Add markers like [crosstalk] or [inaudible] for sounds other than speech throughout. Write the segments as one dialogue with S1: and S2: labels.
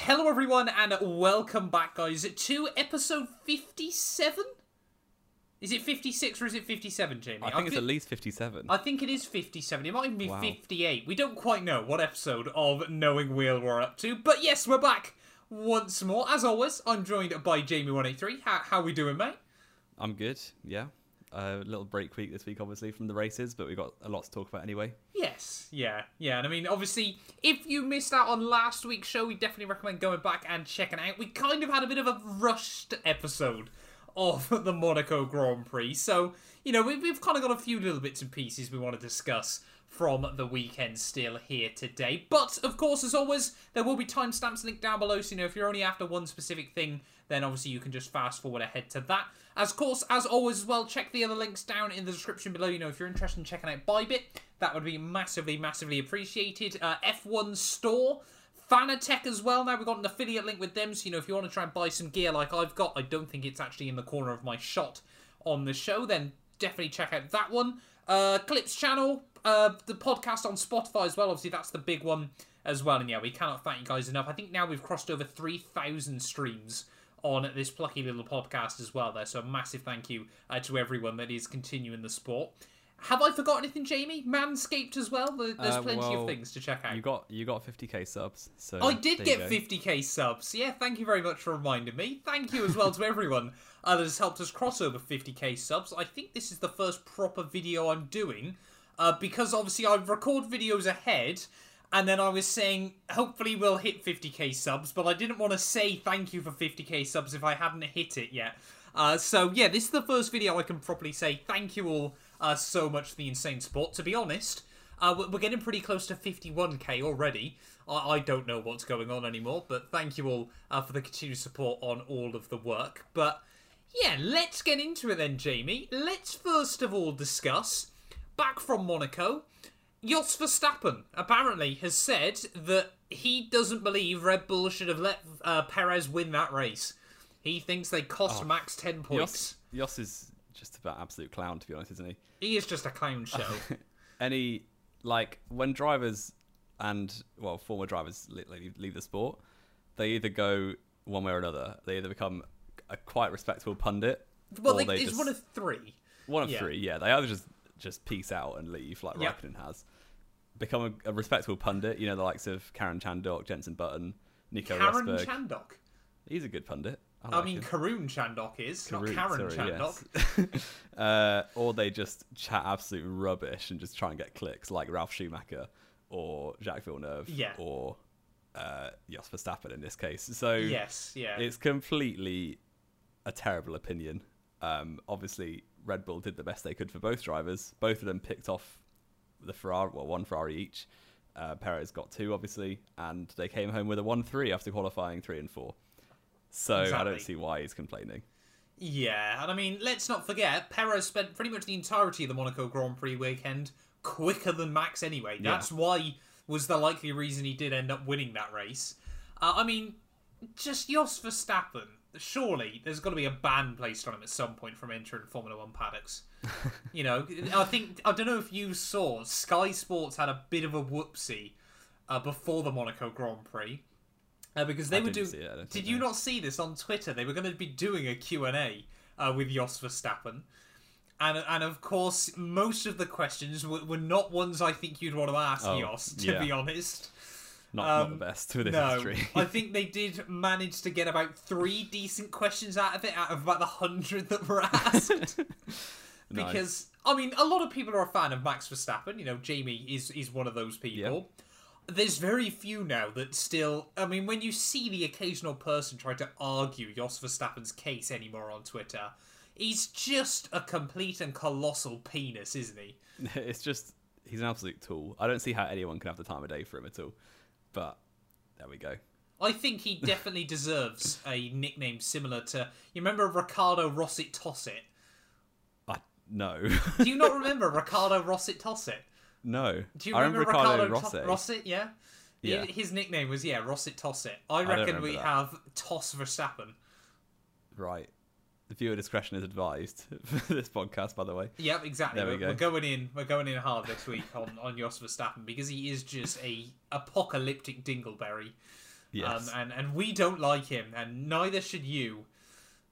S1: Hello, everyone, and welcome back, guys, to episode 57? Is it 56 or is it 57, Jamie?
S2: I think it's
S1: thi-
S2: at least 57.
S1: I think it is 57. It might even be
S2: Wow.
S1: 58. We don't quite know what episode of Knowing Wheel we're up to, but yes, we're back once more. As always, I'm joined by Jamie183. How, how we doing, mate?
S2: I'm good, yeah. A little break week this week, obviously, from the races, but we got a lot to talk about anyway.
S1: Yes, yeah, yeah. And I mean, obviously, if you missed out on last week's show, we definitely recommend going back and checking out. We kind of had a bit of a rushed episode of [laughs] the Monaco Grand Prix. So, you know, we- we've kind of got a few little bits and pieces we want to discuss from the weekend still here today. But, of course, as always, there will be timestamps linked down below. So, you know, if you're only after one specific thing, then obviously you can just fast forward ahead to that. As of course, as always, as well, check the other links down in the description below. You know, if you're interested in checking out Bybit, that would be massively, massively appreciated. Uh, F1 Store, Fanatec as well. Now we've got an affiliate link with them, so you know, if you want to try and buy some gear like I've got, I don't think it's actually in the corner of my shot on the show, then definitely check out that one. Uh, Clips channel, uh, the podcast on Spotify as well. Obviously, that's the big one as well. And yeah, we cannot thank you guys enough. I think now we've crossed over 3,000 streams on this plucky little podcast as well there. So a massive thank you uh, to everyone that is continuing the sport. Have I forgotten anything, Jamie? Manscaped as well. There- There's
S2: Uh,
S1: plenty of
S2: well,
S1: things to check out.
S2: You got you got 50k subs, so
S1: I did
S2: there you
S1: get
S2: go.
S1: 50k subs. Yeah, thank you very much for reminding me. Thank you as well to everyone uh, that has helped us cross over 50k subs. I think this is the first proper video I'm doing uh, because obviously I record videos ahead and then I was saying hopefully we'll hit 50k subs, but I didn't want to say thank you for 50k subs if I hadn't hit it yet. Uh, so yeah, this is the first video I can properly say thank you all uh, so much for the insane sport. To be honest. Uh, we're- we're getting pretty close to 51k already. I, I don't know what's going on anymore, but thank you all uh, for the continued support on all of the work. But yeah, let's get into it then, Jamie. Let's first of all discuss back from Monaco. Jos Verstappen apparently has said that he doesn't believe Red Bull should have let uh, Perez win that race. He thinks they cost Max 10 points.
S2: Yoss, Yoss is just about absolute clown, to be honest, isn't he?
S1: He is just a clown show.
S2: Any like when drivers and well former drivers le- leave, leave the sport, they either go one way or another. They either become a quite respectable pundit,
S1: well,
S2: or
S1: they,
S2: they
S1: it's
S2: just
S1: one of three.
S2: One of
S1: Yeah.
S2: three, yeah. They either just just peace out and leave, like
S1: Yeah.
S2: Raikkonen has, become a, a respectable pundit. You know, the likes of Karen Chandok, Jensen Button, Nico
S1: Karen
S2: Rosberg.
S1: Chandok.
S2: He's a good pundit. I,
S1: I
S2: like
S1: mean,
S2: him.
S1: Karun Chandok is,
S2: Root,
S1: not Karen
S2: sorry,
S1: Chandok.
S2: yes. [laughs] uh, or they just chat absolute rubbish and just try and get clicks, like Ralph Schumacher or Jacques Villeneuve,
S1: Yeah.
S2: or uh, Jos Verstappen in this case.
S1: [laughs]
S2: So
S1: Yes, yeah.
S2: it's completely a terrible opinion. Um, obviously, Red Bull did the best they could for both drivers. Both of them picked off the Ferrari, well, one Ferrari each. Uh, Perez got two, obviously, and they came home with a 1 3 after qualifying 3 and 4. So I
S1: Exactly.
S2: don't see why he's complaining.
S1: yeah, and I mean, let's not forget, Perez spent pretty much the entirety of the Monaco Grand Prix weekend quicker than Max anyway. That's why was the likely reason he did end up winning that race. Uh, I mean, just Jos Verstappen. Surely there's got to be a ban placed on him at some point from entering Formula One
S2: [laughs]
S1: paddocks. you know, I think I don't know if you saw Sky Sports had a bit of a whoopsie uh, before the Monaco Grand Prix uh, because they were
S2: didn't
S1: doing.
S2: see it, I don't
S1: Did
S2: think
S1: you
S2: no.
S1: not see this on Twitter? They were going to be doing a Q and A uh, with Jos Verstappen. And, and of course, most of the questions were, were not ones I think you'd want to ask
S2: Oh,
S1: Jos, to
S2: yeah.
S1: be honest.
S2: Not,
S1: Um,
S2: not the best for this
S1: No, [laughs]
S2: history. [laughs]
S1: I think they did manage to get about three decent questions out of it, out of about the hundred that were
S2: [laughs]
S1: asked.
S2: Nice.
S1: because I mean, a lot of people are a fan of Max Verstappen. You know, Jamie is is one of those people. There's very few now that still. I mean, when you see the occasional person try to argue Jos Verstappen's case anymore on Twitter, he's just a complete and colossal penis, isn't he?
S2: it's just, he's an absolute tool. I don't see how anyone can have the time of day for him at all. But there we go.
S1: I think he definitely deserves a nickname similar to. You remember Ricardo Rosset Tosset?
S2: I, no. [laughs]
S1: Do you not remember Ricardo Rosset Tosset?
S2: no.
S1: Do you
S2: I
S1: remember,
S2: Ricardo
S1: Ricardo Rosset?
S2: Rossi.
S1: Rosset, yeah? He-
S2: Yeah.
S1: His nickname was, yeah, Rosset Tosset. I
S2: don't
S1: reckon we
S2: remember that.
S1: have Toss Verstappen.
S2: Right. The viewer discretion is advised [laughs] for this podcast, by the way.
S1: Yep, exactly.
S2: There we
S1: we're,
S2: go.
S1: we're going in we're going in hard this week on, on Jos Verstappen because he is just a apocalyptic dingleberry.
S2: Yes.
S1: Um, and and we don't like him, and neither should you.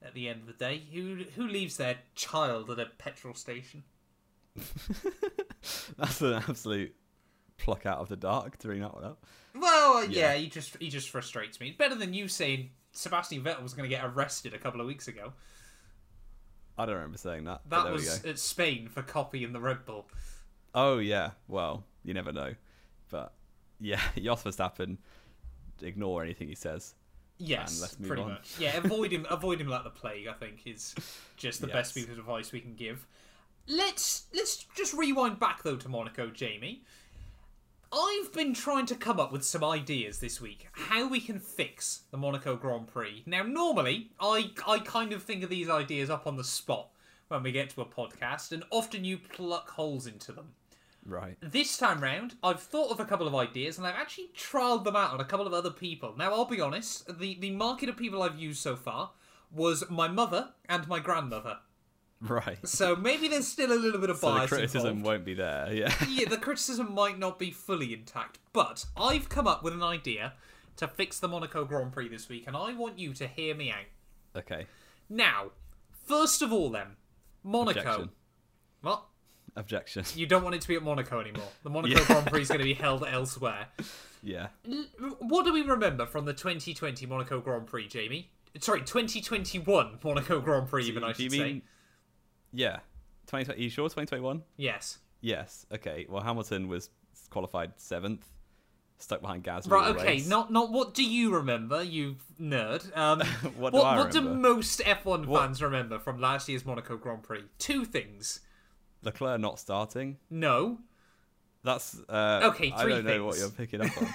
S1: At the end of the day, who who leaves their child at a petrol station?
S2: [laughs] That's an absolute pluck out of the dark to bring that one up.
S1: Well, uh, yeah.
S2: Yeah.
S1: he just he just frustrates me. Better than you saying Sebastian Vettel was going to get arrested a couple of weeks ago.
S2: I don't remember saying that. but
S1: That
S2: there we
S1: was
S2: go.
S1: at Spain for copying the Red Bull.
S2: Oh yeah. Well, you never know. But yeah, [laughs] Jos Verstappen. Ignore anything he says.
S1: Yes,
S2: And let's move
S1: pretty
S2: on.
S1: much. Yeah, avoid him. avoid him like the plague. I think is just the best
S2: Yes.
S1: piece of advice we can give. Let's let's just rewind back though to Monaco, Jamie. I've been trying to come up with some ideas this week how we can fix the Monaco Grand Prix. Now, normally I I kind of think of these ideas up on the spot when we get to a podcast, and often you pluck holes into them
S2: Right. [laughs]
S1: this time round, I've thought of a couple of ideas and I've actually trialed them out on a couple of other people. Now, I'll be honest, the, the market of people I've used so far was my mother and my grandmother.
S2: Right.
S1: So maybe there's still a little bit of
S2: So the
S1: bias.
S2: criticism
S1: involved.
S2: won't be there. [laughs] Yeah.
S1: yeah, the criticism might not be fully intact, but I've come up with an idea to fix the Monaco Grand Prix this week, and I want you to hear me out.
S2: okay.
S1: Now, first of all, then, Monaco.
S2: Objection.
S1: What? [laughs]
S2: Objection.
S1: You don't want it to be at Monaco anymore. The Monaco
S2: Yeah.
S1: Grand Prix is going to be held
S2: [laughs]
S1: elsewhere.
S2: Yeah.
S1: L- What do we remember from the 2020 Monaco Grand Prix, Jamie? Sorry, 2021 Monaco Grand Prix, even I
S2: Do you
S1: should
S2: mean?
S1: say.
S2: Yeah. Twenty. Are you sure? Twenty twenty one.
S1: Yes.
S2: Yes. Okay. Well, Hamilton was qualified seventh, stuck behind Gasly.
S1: Right.
S2: all
S1: Okay.
S2: race.
S1: Not not what do you remember, you nerd? Um,
S2: [laughs] What do
S1: what,
S2: I
S1: what do
S2: remember?
S1: most F1 fans remember from last year's Monaco Grand Prix? Two things.
S2: Leclerc not starting.
S1: No.
S2: That's uh,
S1: Okay,
S2: I
S1: three
S2: don't know what
S1: things.
S2: you're picking
S1: [laughs]
S2: up on.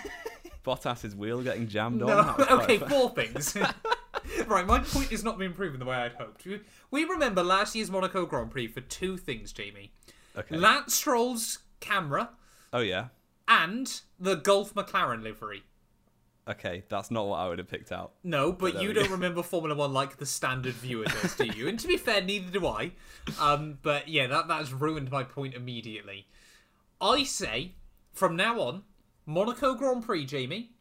S2: Bottas's wheel getting jammed on.
S1: No.
S2: that was quite
S1: [laughs] okay.
S2: fu-
S1: Four things. [laughs] right. My point is not being proven the way I'd hoped. We- We remember last year's Monaco Grand Prix for two things, Jamie.
S2: Okay.
S1: Lance Stroll's camera
S2: oh yeah.
S1: and the Golf McLaren livery.
S2: Okay, that's not what I would have picked out.
S1: No, but
S2: there
S1: you
S2: we
S1: don't
S2: go.
S1: remember Formula One like the standard viewer does, do you? And to be fair, neither do I. Um, but yeah, that that's ruined my point immediately. I say, from now on, Monaco Grand Prix, Jamie,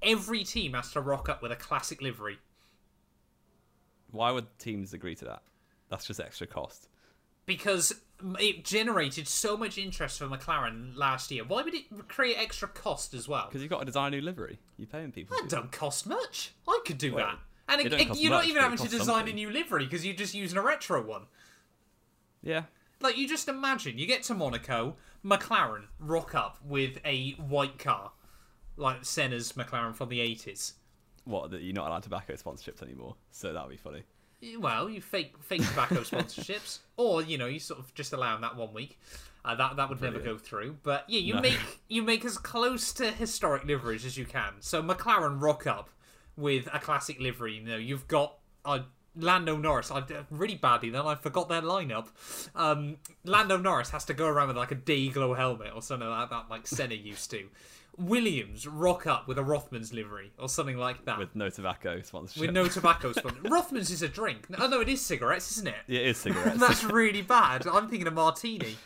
S1: every team has to rock up with a classic livery.
S2: Why would teams agree to that? That's just extra cost.
S1: because it generated so much interest for McLaren last year. Why would it create extra cost as well?
S2: Because you've got to design a new livery. You're paying people.
S1: That
S2: to-
S1: don't cost much. I could do that. And
S2: it
S1: it,
S2: don't
S1: it-
S2: cost
S1: you're not
S2: much,
S1: even
S2: but it
S1: having to
S2: costs
S1: design
S2: something.
S1: a new livery because you're just using a retro one.
S2: Yeah.
S1: Like you just imagine, you get to Monaco, McLaren rock up with a white car, like Senna's McLaren from the eighties.
S2: What? That you're not allowed tobacco sponsorships anymore. So that would be funny.
S1: Well, you fake fake tobacco
S2: [laughs]
S1: sponsorships, or you know, you sort of just allow 'em that one week. Uh, that that would never go
S2: Brilliant.
S1: through. But yeah, you
S2: No.
S1: make you make as close to historic liveries as you can. So McLaren rock up with a classic livery. You know, you've got uh, Lando Norris. I did really badly then I forgot their lineup. Um, Lando Norris has to go around with like a Dayglow helmet or something like that, like Senna used to. Williams rock up with a Rothman's livery or something like that.
S2: With no tobacco sponsorship.
S1: With
S2: [laughs]
S1: no tobacco spun. Rothman's is a drink. Oh no, it is cigarettes, isn't it?
S2: It is
S1: [laughs]
S2: cigarettes.
S1: That's really bad. I'm thinking a martini.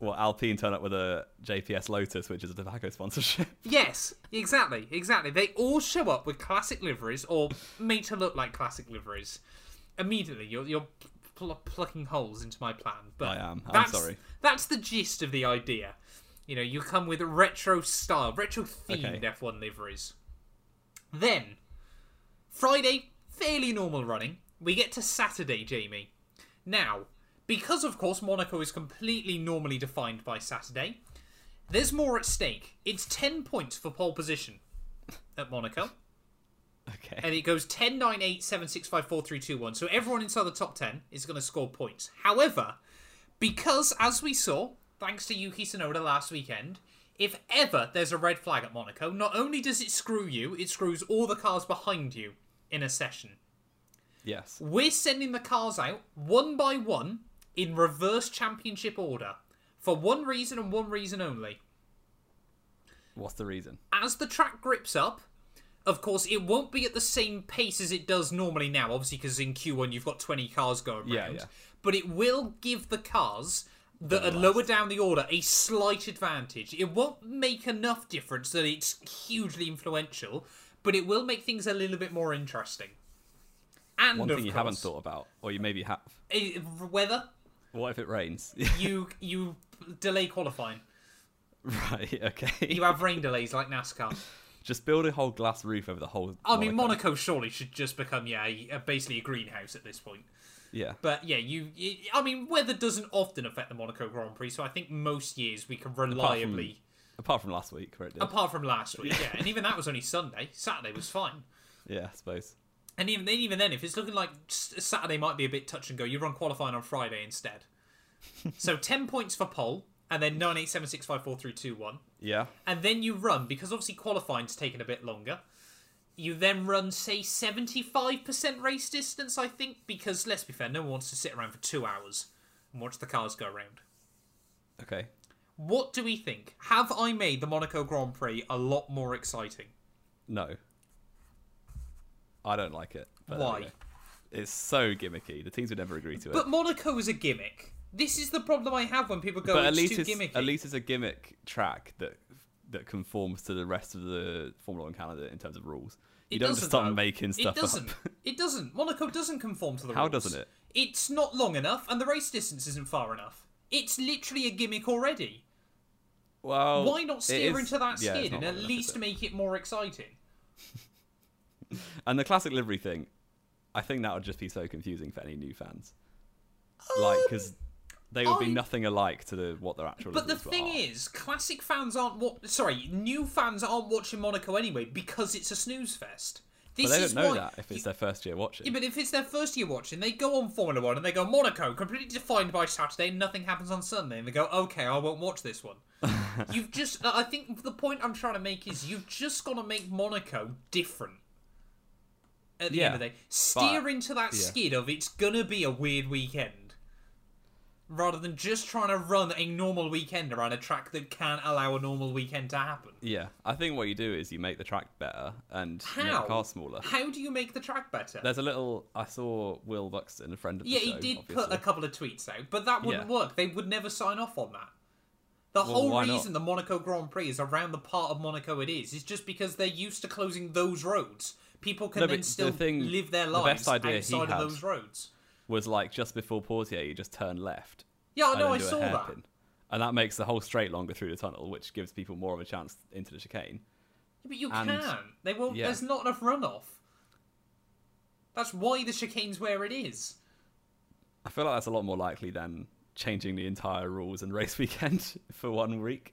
S2: well, Alpine turn up with a JPS Lotus, which is a tobacco sponsorship.
S1: Yes, exactly, exactly. They all show up with classic liveries or made to look like classic liveries. Immediately, you're you're pl- plucking holes into my plan. But
S2: I am. I'm
S1: that's,
S2: sorry.
S1: That's the gist of the idea. You know, you come with retro style, retro themed
S2: Okay.
S1: F1 liveries. Then Friday, fairly normal running. We get to Saturday, Jamie. Now, because of course Monaco is completely normally defined by Saturday, there's more at stake. It's 10 points for pole position at Monaco,
S2: Okay.
S1: and it goes 10, 9, 8, 7, 6, 5, 4, 3, 2, 1. So everyone inside the top 10 is going to score points. However, because as we saw, thanks to Yuki Tsunoda last weekend, if ever there's a red flag at Monaco, not only does it screw you, it screws all the cars behind you in a session.
S2: yes.
S1: We're sending the cars out one by one in reverse championship order for one reason and one reason only.
S2: What's the reason?
S1: As the track grips up, of course, it won't be at the same pace as it does normally now, obviously, because in Q1 you've got 20 cars going
S2: Yeah,
S1: round.
S2: yeah.
S1: But it will give the cars that are lower down the order a slight advantage. It won't make enough difference that it's hugely influential, but it will make things a little bit more interesting. And
S2: One
S1: of
S2: thing you
S1: course,
S2: haven't thought about, or you maybe have.
S1: eh, weather.
S2: What if it rains? [laughs]
S1: You you delay qualifying.
S2: right.
S1: [laughs]
S2: Okay.
S1: You have rain delays like NASCAR.
S2: Just build a whole glass roof over the whole.
S1: I mean, Monaco surely should just become yeah, a- basically a greenhouse at this point.
S2: Yeah.
S1: But yeah, you, you. I mean, weather doesn't often affect the Monaco Grand Prix, so I think most years we can reliably,
S2: Apart from last week, where it did.
S1: apart from, last week, yeah, and even that was only Sunday. Saturday was fine,
S2: yeah, I suppose.
S1: and even then, even then, if it's looking like s- Saturday might be a bit touch and go, you run qualifying on Friday instead. so ten points for pole, and then nine eight seven six five four three two one,
S2: Yeah.
S1: and then you run because obviously qualifying's taken a bit longer. You then run say seventy five percent race distance, I think, because let's be fair, no one wants to sit around for two hours and watch the cars go around.
S2: Okay.
S1: What do we think? Have I made the Monaco Grand Prix a lot more exciting?
S2: No. I don't like it. but there we
S1: Why?
S2: go. It's so gimmicky. The teams would never agree to it.
S1: But Monaco is a gimmick. This is the problem I have when people go,
S2: But at
S1: it's
S2: least
S1: too
S2: it's
S1: gimmicky.
S2: at least it's a gimmick track that that conforms to the rest of the Formula One calendar in terms of rules. You
S1: It
S2: don't just
S1: doesn't,
S2: start
S1: though.
S2: making
S1: it
S2: stuff
S1: doesn't.
S2: up.
S1: It doesn't. Monaco doesn't conform to the
S2: How
S1: rules.
S2: doesn't it?
S1: It's not long enough, and the race distance isn't far enough. It's literally a gimmick already.
S2: Well,
S1: Why not
S2: it
S1: steer
S2: is-
S1: into that
S2: yeah, it's
S1: skid
S2: not
S1: and
S2: long
S1: at
S2: enough, is
S1: least
S2: it?
S1: make it more exciting?
S2: and the classic livery thing, I think that would just be so confusing for any new fans. like because they would be
S1: Um, I-
S2: nothing alike to the what their actual.
S1: But the
S2: liveries
S1: thing
S2: are.
S1: is, classic fans aren't what. Sorry, new fans aren't watching Monaco anyway because it's a snooze fest. This
S2: but they
S1: is
S2: don't know
S1: why
S2: that if it's their first year watching.
S1: Yeah, but if it's their first year watching, they go on Formula One and they go Monaco, completely defined by Saturday, and nothing happens on Sunday, and they go, okay, I won't watch this
S2: [laughs]
S1: one. you've just, I think the point I'm trying to make is you've just got to make Monaco different. At the end of the
S2: Yeah,
S1: day, steer
S2: but-
S1: into that
S2: yeah.
S1: skid of it's gonna be a weird weekend, rather than just trying to run a normal weekend around a track that can't allow a normal weekend to happen.
S2: yeah, I think what you do is you make the track better and you make
S1: How?
S2: the car smaller.
S1: How do you make the track better?
S2: There's a little. I saw Will Buxton, a friend of the
S1: Yeah,
S2: show.
S1: he did put
S2: obviously.
S1: a couple of tweets out, but that wouldn't
S2: Yeah.
S1: work. They would never sign off on that. The whole
S2: why not?
S1: reason the Monaco Grand Prix is around the part of Monaco it is is just because they're used to closing those roads. People can
S2: No, but
S1: then
S2: the
S1: still
S2: thing-
S1: live their
S2: the
S1: lives
S2: best idea he
S1: outside of
S2: had-
S1: those roads.
S2: was like just before Portier, you just turn left.
S1: Yeah, I know.
S2: then
S1: I
S2: do a
S1: saw that.
S2: hairpin. And that makes the whole straight longer through the tunnel, which gives people more of a chance into the chicane.
S1: Yeah, but you
S2: And-
S1: can. They won't.
S2: yeah.
S1: There's not enough runoff. That's why the chicane's where it is.
S2: I feel like that's a lot more likely than changing the entire rules and [laughs] race weekend for one week.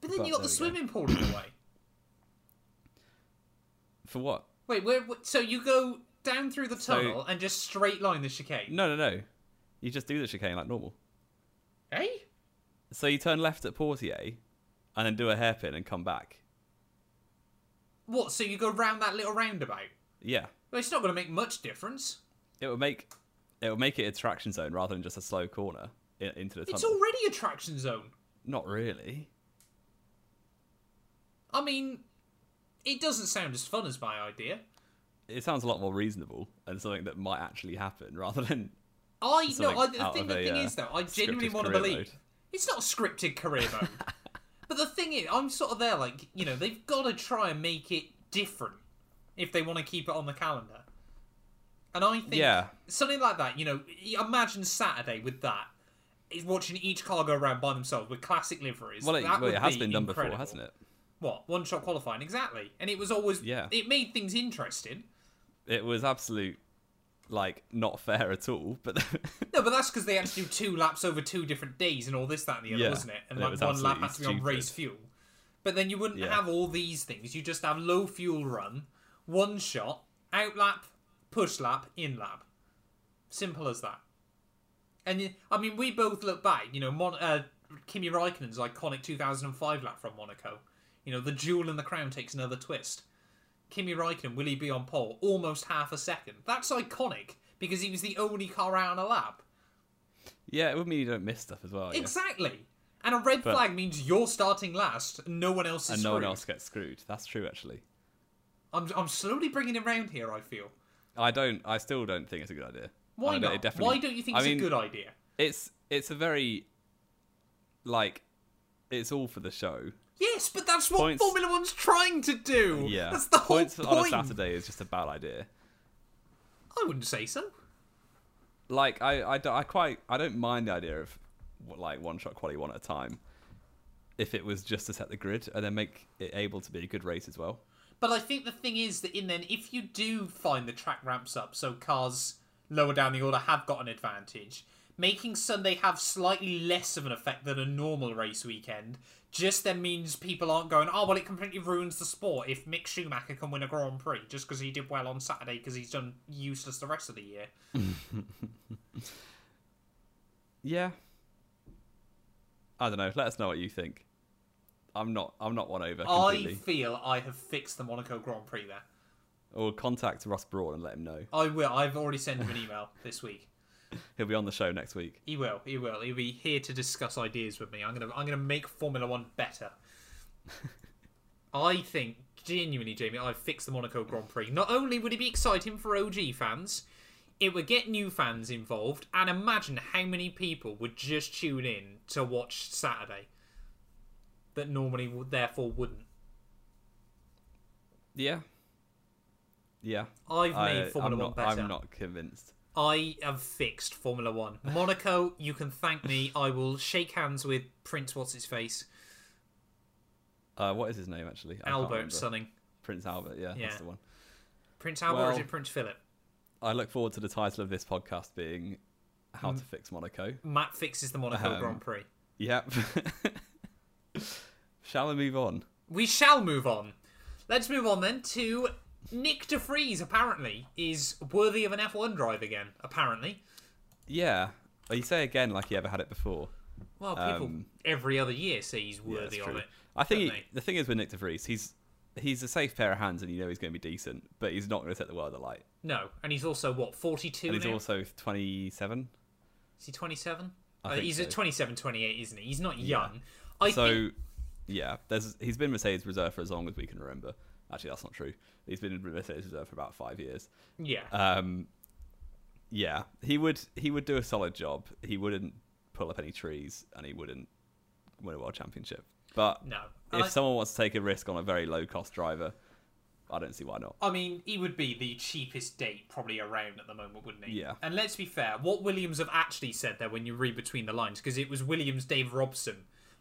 S1: But then
S2: But
S1: you got
S2: there
S1: the
S2: we go.
S1: swimming pool in the way.
S2: For what?
S1: Wait, where, where- So you go down through the
S2: So-
S1: tunnel and just straight line the chicane.
S2: No, no, no. You just do the chicane like normal.
S1: Eh?
S2: So you turn left at Portier and then do a hairpin and come back.
S1: What? So you go round that little roundabout?
S2: Yeah.
S1: Well, it's not going to make much difference.
S2: It would make it would make it a traction zone rather than just a slow corner i- into the tunnel.
S1: It's already a traction zone.
S2: Not really.
S1: I mean, it doesn't sound as fun as my idea.
S2: It sounds a lot more reasonable and something that might actually happen [laughs] rather than
S1: I
S2: Something
S1: no, I the
S2: out
S1: thing,
S2: of
S1: the
S2: a,
S1: thing
S2: uh,
S1: is though, I genuinely
S2: scripted
S1: want to
S2: career
S1: believe
S2: mode.
S1: it's not a scripted career
S2: [laughs]
S1: mode. but the thing is, I'm sort of there, like you know, they've got to try and make it different if they want to keep it on the calendar. And I think
S2: Yeah.
S1: something like that, you know, y- imagine Saturday with that. Is watching each car go around by themselves with classic liveries.
S2: Well, it,
S1: that
S2: well,
S1: would
S2: it has
S1: be
S2: been done
S1: incredible.
S2: before, hasn't it?
S1: What one shot qualifying exactly, and it was always
S2: Yeah.
S1: It made things interesting.
S2: It was absolute, like, not fair at all. But [laughs]
S1: No, but that's because they had to do two laps over two different days and all this, that, and the other,
S2: Yeah,
S1: wasn't it? And,
S2: and it
S1: like
S2: was
S1: one lap
S2: absolutely
S1: had to be on
S2: stupid.
S1: race fuel. But then you wouldn't
S2: Yeah.
S1: have all these things. You just have low fuel run, one shot, out lap, push lap, in lap. Simple as that. And you- I mean, we both look back. You know, Mon- uh, Kimi Raikkonen's iconic 2005 lap from Monaco. You know, the jewel in the crown takes another twist. Kimi Raikkonen, will he be on pole? Almost half a second. That's iconic because he was the only car out on a lap.
S2: yeah, it would mean you don't miss stuff as well. yeah.
S1: Exactly. And a red flag means you're starting last. and No one else is.
S2: And no one
S1: screwed.
S2: else gets screwed. That's true, actually.
S1: I'm, I'm slowly bringing it round here. I feel.
S2: I don't. I still don't think it's a good idea. I
S1: Why
S2: don't-
S1: not?
S2: it definitely-
S1: Why don't you think
S2: I
S1: it's
S2: mean,
S1: a good idea?
S2: It's it's a very, like, it's all for the show.
S1: Yes, but that's what
S2: Points-
S1: Formula One's trying to do.
S2: Yeah,
S1: [laughs] that's the whole
S2: points
S1: point.
S2: on a Saturday is just a bad idea.
S1: I wouldn't say so.
S2: Like I, I, don't- I quite I don't mind the idea of like one shot quality one at a time, if it was just to set the grid and then make it able to be a good race as well.
S1: But I think the thing is that in then, if you do find the track ramps up, so cars lower down the order have got an advantage, making Sunday have slightly less of an effect than a normal race weekend just then means people aren't going, oh, well, it completely ruins the sport if Mick Schumacher can win a Grand Prix just because he did well on Saturday because he's done useless the rest of the year.
S2: Yeah. I don't know. Let us know what you think. I'm not. I'm not won over
S1: I
S2: completely.
S1: feel I have fixed the Monaco Grand Prix there.
S2: Or contact Ross Brawn and let him know.
S1: I will. I've already sent him an email this week.
S2: He'll be on the show next week.
S1: He will. He will. He'll be here to discuss ideas with me. I'm gonna. I'm gonna make Formula One
S2: [laughs]
S1: better. I think genuinely, Jamie, I've fixed the Monaco Grand Prix. Not only would it be exciting for OG fans, it would get new fans involved, and imagine how many people would just tune in to watch Saturday that normally would therefore wouldn't.
S2: Yeah. Yeah.
S1: I've
S2: I,
S1: made Formula
S2: am
S1: One
S2: not,
S1: better.
S2: I'm not convinced.
S1: I have fixed Formula
S2: [laughs]
S1: One. Monaco, you can thank me. I will shake hands with Prince What's His Face,
S2: Uh, what is his name actually? I can't
S1: Albert
S2: remember.
S1: Sunning.
S2: Prince Albert. Yeah,
S1: Yeah.
S2: that's the one.
S1: Prince Albert or is
S2: Well-
S1: it Prince Philip?
S2: I look forward to the title of this podcast being "How
S1: Mm.
S2: to Fix Monaco."
S1: Matt fixes the Monaco
S2: Um,
S1: Grand Prix.
S2: Yep. [laughs] Shall we move on?
S1: We shall move on. Let's move on then to Nick De Vries. Apparently, is worthy of an F1 drive again. Apparently,
S2: Yeah. Oh, you say again like you ever had it before.
S1: well, people
S2: Um,
S1: every other year say he's
S2: Yeah,
S1: worthy
S2: that's
S1: of
S2: true.
S1: it.
S2: I think
S1: don't
S2: he-
S1: they?
S2: the thing is with Nick De Vries, he's he's a safe pair of hands, and you know he's going to be decent, but he's not going to set the world alight.
S1: No, and he's also what forty-two
S2: And he's
S1: now.
S2: also 27,
S1: Is he twenty-seven?
S2: I
S1: Uh,
S2: think
S1: he's
S2: so.
S1: at 27, 28, isn't he? He's not young. I
S2: so
S1: think
S2: yeah, there's he's been Mercedes reserve for as long as we can remember. Actually, that's not true. He's been in Mercedes reserve for about five years.
S1: yeah.
S2: Um, yeah, he would he would do a solid job. He wouldn't pull up any trees, and he wouldn't win a world championship. But
S1: no.
S2: if
S1: I-
S2: someone wants to take a risk on a very low cost driver, I don't see
S1: [laughs]
S2: why not.
S1: I mean, he would be the cheapest date probably around at the moment, wouldn't he?
S2: Yeah.
S1: And let's be fair, what Williams have actually said there when you read between the lines, because it was Williams Dave Robson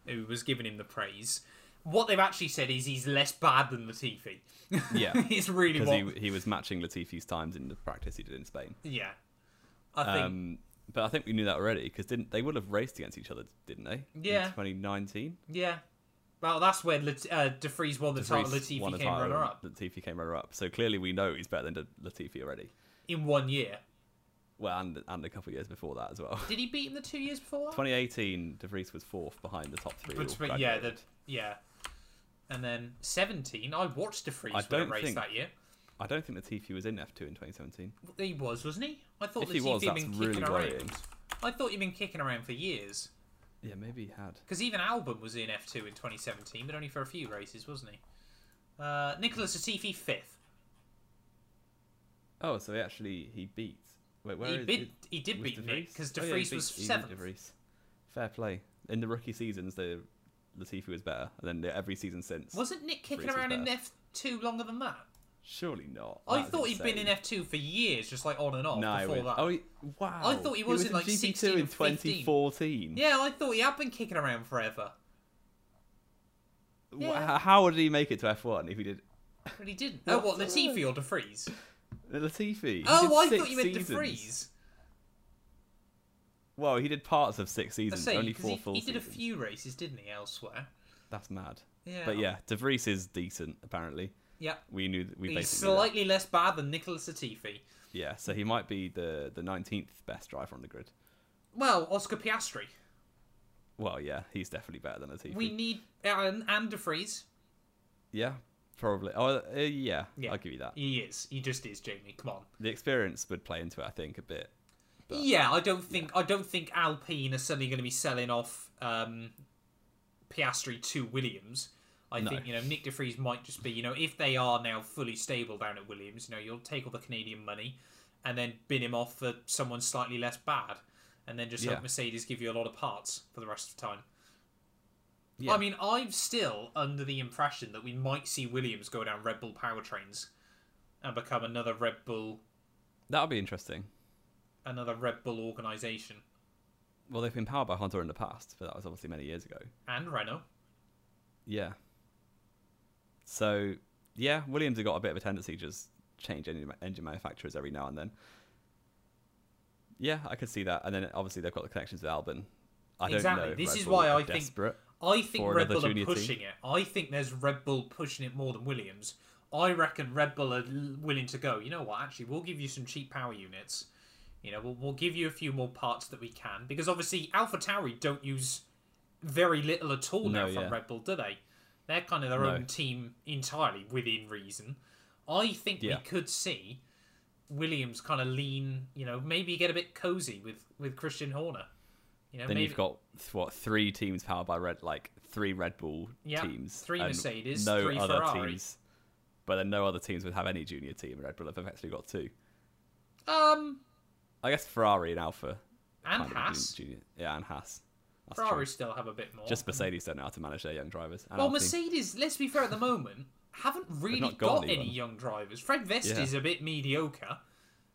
S1: who was giving him the praise. What they've actually said is he's less bad than Latifi. [laughs]
S2: Yeah.
S1: it's really
S2: because
S1: what.
S2: he, he was matching Latifi's times in the practice he did in Spain.
S1: Yeah. I think.
S2: Um, but I think we knew that already because didn't they would have raced against each other, didn't they?
S1: Yeah.
S2: in 2019.
S1: yeah. Well, that's when Lat- uh, De Vries won the title.
S2: Reece won
S1: Latifi
S2: the
S1: came
S2: title,
S1: runner up
S2: Latifi came runner up. So clearly we know he's better than Latifi already.
S1: in one year.
S2: Well, and and a couple of years before that as well. [laughs]
S1: Did he beat him the two years before? that?
S2: 2018, De Vries was fourth behind the top three.
S1: But,
S2: who
S1: but yeah,
S2: graduated.
S1: that yeah. And then 17, I watched De Vries
S2: I
S1: win a
S2: don't
S1: race
S2: think-
S1: that year.
S2: I don't think Latifi was in F2 in 2017.
S1: He was, wasn't he? I thought
S2: If
S1: that
S2: he was,
S1: had
S2: that's
S1: been
S2: really
S1: kicking
S2: worrying.
S1: around. I thought he'd been kicking around for years.
S2: Yeah, maybe he had.
S1: Because even Albon was in F2 in 2017, but only for a few races, wasn't he? Uh, Nicholas Latifi fifth.
S2: Oh, so he actually he beat. Wait, where
S1: He
S2: is-
S1: did.
S2: is-
S1: He did
S2: was
S1: beat
S2: De
S1: Nick
S2: Vries?
S1: because De
S2: Oh, yeah, he
S1: Vries
S2: beat-
S1: was
S2: he beat
S1: seventh.
S2: De Vries. Fair play. In the rookie seasons, the Latifi was better, and then the- every season since.
S1: Wasn't Nick kicking
S2: Vries was
S1: around in
S2: better.
S1: F2 longer than that?
S2: Surely not.
S1: I
S2: That is
S1: thought he'd been in
S2: insane.
S1: F2 for years, just like on and off
S2: No, he
S1: before
S2: went-
S1: that.
S2: oh he, wow!
S1: I thought he was in, like,
S2: GP2
S1: 16 or
S2: in
S1: 15.
S2: 2014.
S1: Yeah, I thought he had been kicking around forever,
S2: Wha-
S1: yeah.
S2: How did he make it to F1 if he did?
S1: but he didn't. Oh, what Latifi or De Vries?
S2: Latifi. he did
S1: Oh, I
S2: six
S1: thought you meant
S2: seasons.
S1: De Vries.
S2: Well, he did parts of
S1: I
S2: six seasons,
S1: say
S2: Mm, only
S1: 'cause
S2: four
S1: he,
S2: full
S1: he did a
S2: seasons.
S1: few races, didn't he? Elsewhere.
S2: That's mad.
S1: Yeah.
S2: But yeah, De Vries is decent. Apparently,
S1: Yeah.
S2: we knew that we
S1: He's
S2: basically knew that.
S1: slightly less bad than Nicholas Latifi.
S2: yeah. So he might be the the nineteenth best driver on the grid.
S1: Well, Oscar Piastri.
S2: Well, yeah, he's definitely better than Latifi.
S1: We need uh, and, and De Vries.
S2: Yeah, probably. Oh, uh, yeah,
S1: Yeah.
S2: I'll give you that.
S1: He is. He just is. Jamie, come on.
S2: The experience would play into it, I think, a bit. But-
S1: yeah, I don't think I don't think Alpine are suddenly going to be selling off um, Piastri to Williams. I
S2: No.
S1: think you know Nick De Vries might just be you know if they are now fully stable down at Williams, you know you'll take all the Canadian money and then bin him off for someone slightly less bad, and then just
S2: Yeah.
S1: hope Mercedes give you a lot of parts for the rest of the time.
S2: Yeah.
S1: I mean, I'm still under the impression that we might see Williams go down Red Bull powertrains and become another Red Bull
S2: That would be interesting.
S1: another Red Bull organization
S2: Well, they've been powered by Honda in the past, but that was obviously many years ago.
S1: and Renault.
S2: Yeah. So, yeah, Williams have got a bit of a tendency to just change engine, engine manufacturers every now and then. Yeah, I could see that. And then obviously they've got the connections with Albon. I don't
S1: Exactly.
S2: know. if
S1: This
S2: Red
S1: is
S2: Bull
S1: why
S2: are
S1: I think-
S2: desperate.
S1: I think
S2: For
S1: Red
S2: another
S1: Bull are
S2: junior team.
S1: pushing it. I think there's Red Bull pushing it more than Williams. I reckon Red Bull are l- willing to go. You know what? Actually, we'll give you some cheap power units. You know, we'll, we'll give you a few more parts that we can because obviously AlphaTauri don't use very little at all now
S2: No,
S1: from
S2: yeah.
S1: Red Bull, do they? They're kind of their
S2: No.
S1: own team entirely within reason. I think
S2: Yeah.
S1: we could see Williams kind of lean. You know, maybe get a bit cozy with with Christian Horner. You know,
S2: Then
S1: maybe,
S2: you've got th- what three teams powered by Red, like three Red Bull
S1: Yeah,
S2: teams,
S1: three
S2: and
S1: Mercedes,
S2: no
S1: three
S2: other
S1: Ferrari.
S2: teams. But then no other teams would have any junior team. and Red Bull have actually got two.
S1: um
S2: I guess Ferrari and Alpha.
S1: and
S2: kind of
S1: Haas.
S2: Junior, yeah, and Haas. That's true.
S1: Ferrari still have a bit more.
S2: Just Mercedes don't know how to manage their young drivers. And
S1: well,
S2: Alpine.
S1: Mercedes. Let's be fair. At the moment, haven't really got,
S2: not got
S1: any
S2: anyone.
S1: young drivers. Fred Vest
S2: Yeah.
S1: is a bit mediocre.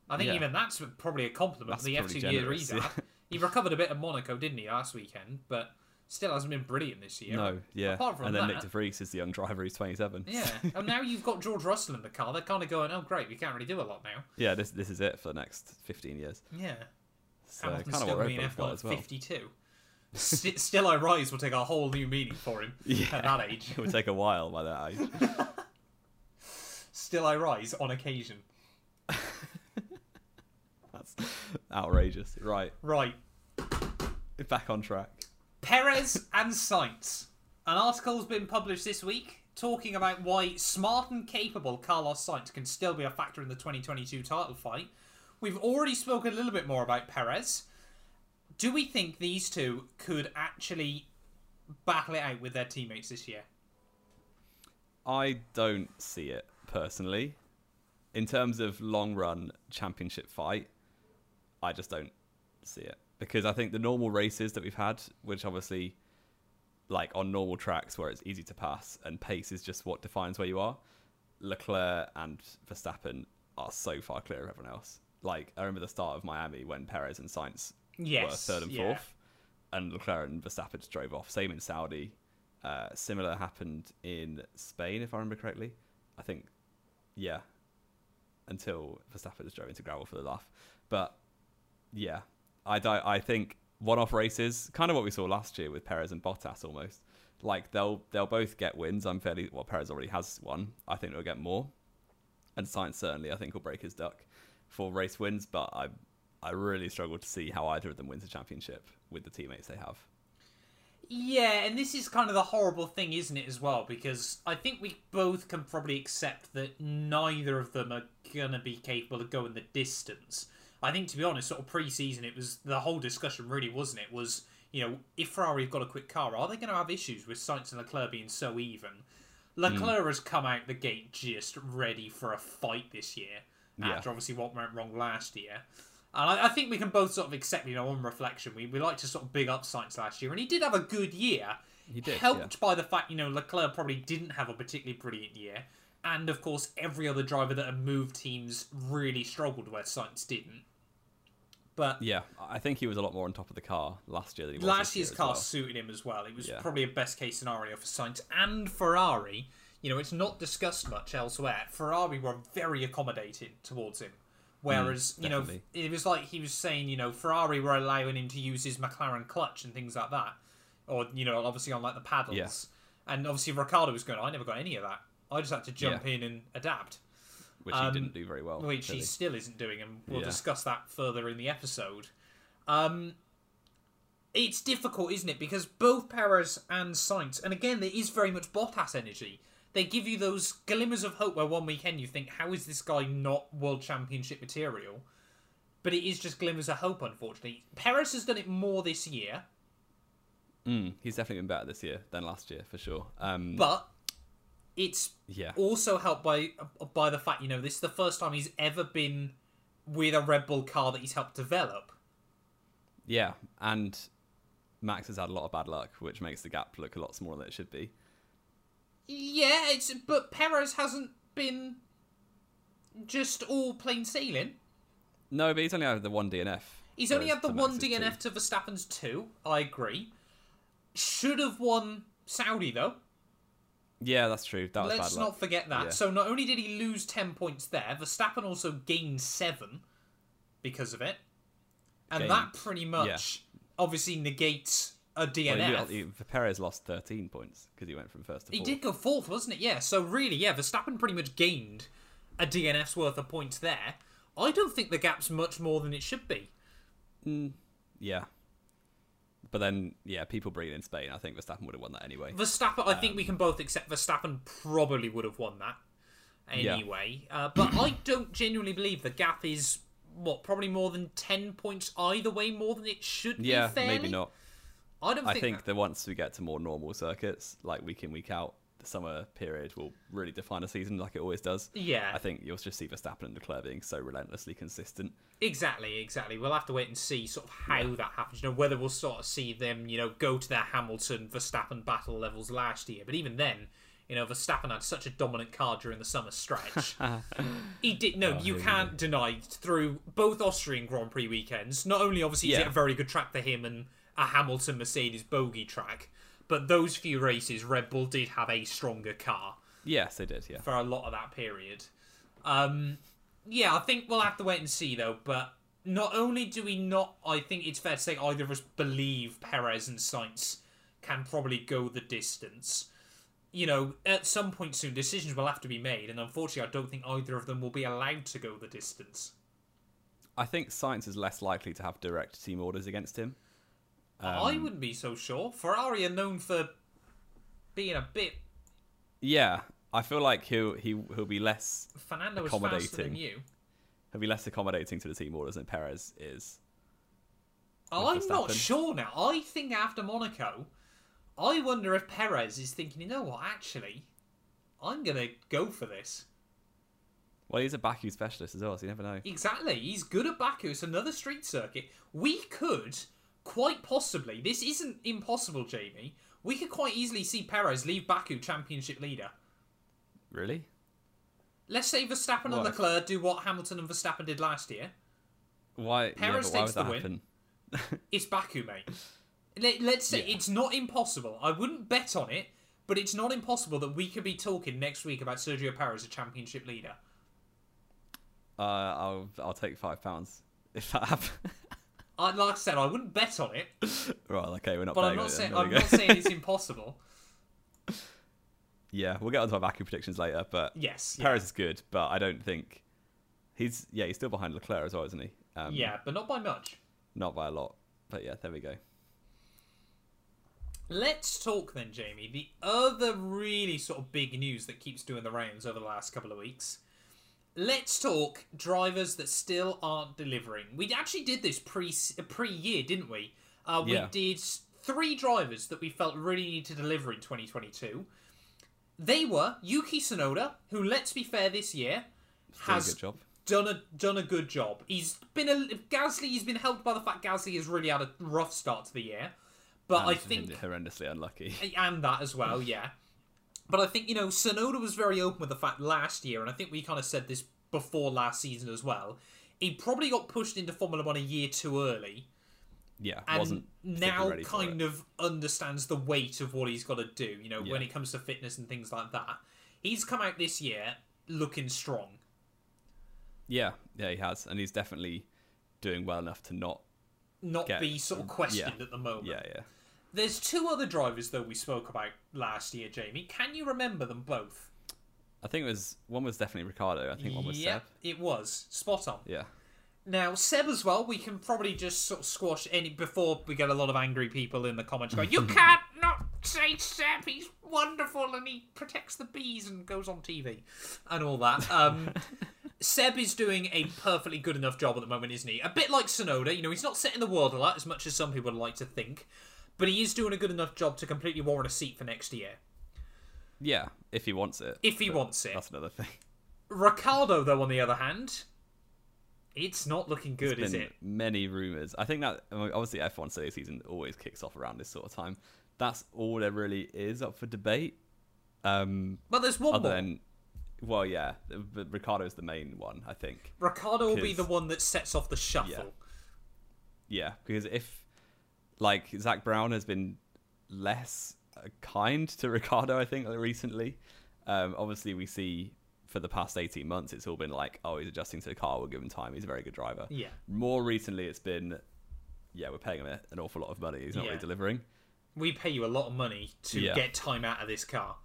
S1: I think
S2: Yeah.
S1: even that's probably a compliment
S2: That's
S1: for the F
S2: probably
S1: two year
S2: generous,
S1: he's at.
S2: yeah.
S1: [laughs] He recovered a bit at Monaco, didn't he, last weekend? But still hasn't been brilliant this year.
S2: No, yeah.
S1: Apart from
S2: and then
S1: that,
S2: Nick De Vries is the young driver who's 27.
S1: yeah. and now you've got George Russell in the car. They're kind of going, oh great, we can't really do a lot now.
S2: [laughs] yeah, this this is it for the next 15 years.
S1: Yeah,
S2: So
S1: Hamilton's
S2: kind of
S1: still
S2: uh, what
S1: going
S2: Red
S1: to be
S2: Bull
S1: in
S2: have got
S1: F1 at
S2: as well.
S1: 52. St- still, I rise will take a whole new meaning for
S2: [laughs]
S1: him at that age.
S2: [laughs] It would take a while by that age.
S1: Still, I rise on occasion.
S2: That's outrageous. Right,
S1: Right.
S2: back on track.
S1: Perez and Sainz. An article's been published this week talking about why smart and capable Carlos Sainz can still be a factor in the 2022 title fight. We've already spoken a little bit more about Perez. Do we think these two could actually battle it out with their teammates this year?
S2: I don't see it personally. In terms of long run championship fight, I just don't see it because I think the normal races that we've had, which obviously, like on normal tracks where it's easy to pass and pace is just what defines where you are, Leclerc and Verstappen are so far clear of everyone else. Like I remember the start of Miami when Perez and Sainz were
S1: Yes,
S2: third and
S1: yeah.
S2: fourth, and Leclerc and Verstappen just drove off. Same in Saudi. Uh, similar happened in Spain, if I remember correctly. I think, yeah, until Verstappen just drove into gravel for the laugh. But yeah, I don't, I think one-off races, kind of what we saw last year with Perez and Bottas, almost like they'll they'll both get wins. I'm fairly well. Perez already has one. I think they'll get more, and Science certainly I think will break his duck for race wins. But I I really struggle to see how either of them wins a championship with the teammates they have.
S1: Yeah, and this is kind of the horrible thing, isn't it, as well? Because I think we both can probably accept that neither of them are going to be capable of going the distance. I think, to be honest, sort of pre season, it was the whole discussion, really, wasn't it? Was, you know, if Ferrari have got a quick car, are they going to have issues with Sainz and Leclerc being so even?
S2: Hmm.
S1: Leclerc has come out the gate just ready for a fight this year
S2: Yeah.
S1: after obviously what went wrong last year. And I, I think we can both sort of accept, you know, on reflection, we, we like to sort of big up Sainz last year, and he did have a good year.
S2: He did,
S1: Helped by the fact, you know, Leclerc probably didn't have a particularly brilliant year. And of course, every other driver that had moved teams really struggled where Sainz didn't. But
S2: Yeah, I think he was a lot more on top of the car last year than he was
S1: last
S2: this year
S1: year's
S2: as
S1: car
S2: well.
S1: suited him as well. It was
S2: Yeah.
S1: probably a best case scenario for Sainz and Ferrari. You know, it's not discussed much elsewhere. Ferrari were very accommodating towards him. Whereas, you know,
S2: Mm, definitely.
S1: it was like he was saying, you know, Ferrari were allowing him to use his McLaren clutch and things like that. Or, you know, obviously on like the paddles.
S2: Yeah.
S1: And obviously Ricardo was going, I never got any of that. I just had to jump
S2: Yeah.
S1: in and adapt
S2: which
S1: um,
S2: he didn't do very well.
S1: which
S2: clearly.
S1: he still isn't doing, and we'll
S2: Yeah.
S1: discuss that further in the episode. Um, it's difficult, isn't it? Because both Perez and Sainz, and again, there is very much Bottas energy. They give you those glimmers of hope where one weekend you think, how is this guy not world championship material? But it is just glimmers of hope, unfortunately. Perez has done it more this year,
S2: Mm, he's definitely been better this year than last year for sure. Um,
S1: but it's
S2: yeah,
S1: also helped by uh, by the fact you know this is the first time he's ever been with a Red Bull car that he's helped develop.
S2: yeah, and Max has had a lot of bad luck, which makes the gap look a lot smaller than it should be.
S1: Yeah, it's but Perez hasn't been just all plain sailing.
S2: No, but he's only had the one DNF.
S1: He's only
S2: whereas
S1: had the
S2: for
S1: one
S2: Max, it's two.
S1: DNF to Verstappen's two. I agree. Should have won Saudi though.
S2: Yeah, that's true. That was
S1: Let's
S2: bad luck.
S1: not forget that.
S2: Yeah.
S1: So not only did he lose ten points there, Verstappen also gained seven because of it, and
S2: Gained-
S1: that pretty much obviously negates a DNF.
S2: Well, he- he- Perez lost 13 points because he went from first to
S1: He
S2: fourth.
S1: did go fourth, wasn't it? Yeah. So really, yeah, Verstappen pretty much gained a DNF's worth of points there. I don't think the gap's much more than it should be.
S2: Yeah. But then, yeah, people bringing in Spain, I think Verstappen would have won that anyway.
S1: Verstappen, I
S2: Um,
S1: think we can both accept Verstappen probably would have won that anyway. Uh, but I don't genuinely believe the gap is what probably more than ten points either way, more than it should
S2: yeah,
S1: be. fairly.
S2: maybe not.
S1: I don't
S2: I
S1: think.
S2: think that once we get to more normal circuits, like week in, week out, the summer period will really define a season like it always does.
S1: Yeah.
S2: I think you'll just see Verstappen and Leclerc being so relentlessly consistent.
S1: Exactly, exactly. We'll have to wait and see sort of how that happens. You know, whether we'll sort of see them, you know, go to their Hamilton Verstappen battle levels last year. But even then, you know, Verstappen had such a dominant car during the summer [laughs] stretch. Oh, he did. No, you can't deny through both Austrian Grand Prix weekends. Not only obviously is it
S2: Yeah.
S1: a very good track for him and a Hamilton Mercedes bogey track, but those few races, Red Bull did have a stronger car
S2: Yes, they did, yeah.
S1: for a lot of that period. Um, yeah, I think we'll have to wait and see though. But not only do we not, I think it's fair to say either of us believe Perez and Sainz can probably go the distance. You know, at some point soon, decisions will have to be made, and unfortunately, I don't think either of them will be allowed to go the distance.
S2: I think Science is less likely to have direct team orders against him.
S1: I wouldn't be so sure. Ferrari are known for being a bit.
S2: Yeah, I feel like he'll he, he'll be less
S1: Fernando is faster than
S2: Accommodating.
S1: you.
S2: he'll be less accommodating to the team orders than Perez is.
S1: I'm not
S2: Verstappen.
S1: sure now. I think after Monaco, I wonder if Perez is thinking, you know what, actually, I'm going to go for this.
S2: Well, he's a Baku specialist as well, so you never know.
S1: Exactly. He's good at Baku. It's another street circuit. We could quite possibly, this isn't impossible, Jamie, we could quite easily see Perez leave Baku championship leader.
S2: Really?
S1: Let's say Verstappen and
S2: Why?
S1: Leclerc do what Hamilton and Verstappen did last year.
S2: Why?
S1: Perez
S2: yeah, but why
S1: takes
S2: would that
S1: the win.
S2: happen?
S1: It's Baku, mate. Let, let's say it's not impossible. I wouldn't bet on it, but it's not impossible that we could be talking next week about Sergio Perez, a championship leader.
S2: Uh, I'll I'll take five pounds if that [laughs] happens.
S1: I, like I said, I wouldn't bet on it,
S2: right, okay, we're not.
S1: but I'm
S2: betting on
S1: not
S2: it
S1: saying
S2: then. There
S1: I'm
S2: we go.
S1: not saying it's impossible.
S2: [laughs] yeah, we'll get onto our Baku predictions later, but
S1: Yes, yeah,
S2: Perez is good, but I don't think he's yeah he's still behind Leclerc as well, isn't he? Um,
S1: yeah, but not by much.
S2: not by a lot, but yeah, there we go.
S1: Let's talk then, Jamie. The other really sort of big news that keeps doing the rounds over the last couple of weeks. Let's talk drivers that still aren't delivering. We actually did this pre pre year, didn't we? Uh,
S2: Yeah.
S1: We did three drivers that we felt really need to deliver in 2022. They were Yuki Tsunoda, who, let's be fair, this year
S2: Doing a
S1: has
S2: good job.
S1: done a done a good job. He's been a Gasly. He's been helped by the fact Gasly has really had a rough start to the year. But I
S2: He's been
S1: think [laughs]
S2: horrendously unlucky.
S1: and that as
S2: Mm.
S1: well, yeah. But I think you know Sonoda was very open with the fact last year, and I think we kind of said this before last season as well. He probably got pushed into Formula One a year too early,
S2: Yeah,
S1: and
S2: wasn't particularly
S1: now
S2: ready for it.
S1: kind of understands the weight of what he's got to do. You know, when
S2: Yeah.
S1: it comes to fitness and things like that, he's come out this year looking strong.
S2: Yeah, yeah, he has, and he's definitely doing well enough to not.
S1: Not
S2: Get-
S1: be sort of questioned
S2: yeah.
S1: at the moment.
S2: Yeah, yeah.
S1: There's two other drivers though we spoke about last year, Jamie. Can you remember them both?
S2: I think it was one was definitely Ricardo. I think one was
S1: Yep,
S2: Seb.
S1: it was spot on.
S2: Yeah.
S1: Now, Seb as well, we can probably just sort of squash any before we get a lot of angry people in the comments going,
S2: [laughs]
S1: You can't not say Seb, he's wonderful and he protects the bees and goes on TV and all that.
S2: [laughs]
S1: Um, Seb is doing a perfectly good enough job at the moment, isn't he? A bit like Sonoda, you know, he's not setting the world alight as much as some people like to think, but he is doing a good enough job to completely warrant a seat for next year,
S2: Yeah, if he wants it.
S1: if he
S2: But
S1: wants it.
S2: That's another thing.
S1: Ricardo, though, on the other hand, It's not looking good,
S2: There's
S1: is
S2: been
S1: it?
S2: Many rumors. I think that I mean, obviously F1 silly season always kicks off around this sort of time. That's all there really is up for debate. Um,
S1: But there's one
S2: other
S1: more.
S2: than, well, yeah, but Ricardo's the main one, I think.
S1: Ricardo will be
S2: 'Cause-
S1: the one that sets off the shuffle.
S2: Yeah, because if like Zach Brown has been less uh, kind to [laughs] Ricardo, I think like, recently. Um, obviously, we see for the past eighteen months, it's all been like, oh, he's adjusting to the car. We'll give him time. He's a very good driver.
S1: Yeah.
S2: More recently, it's been, yeah, we're paying him a- an awful lot of money. He's not
S1: Yeah.
S2: really delivering.
S1: We pay you a lot of money to
S2: Yeah.
S1: get time out of this car.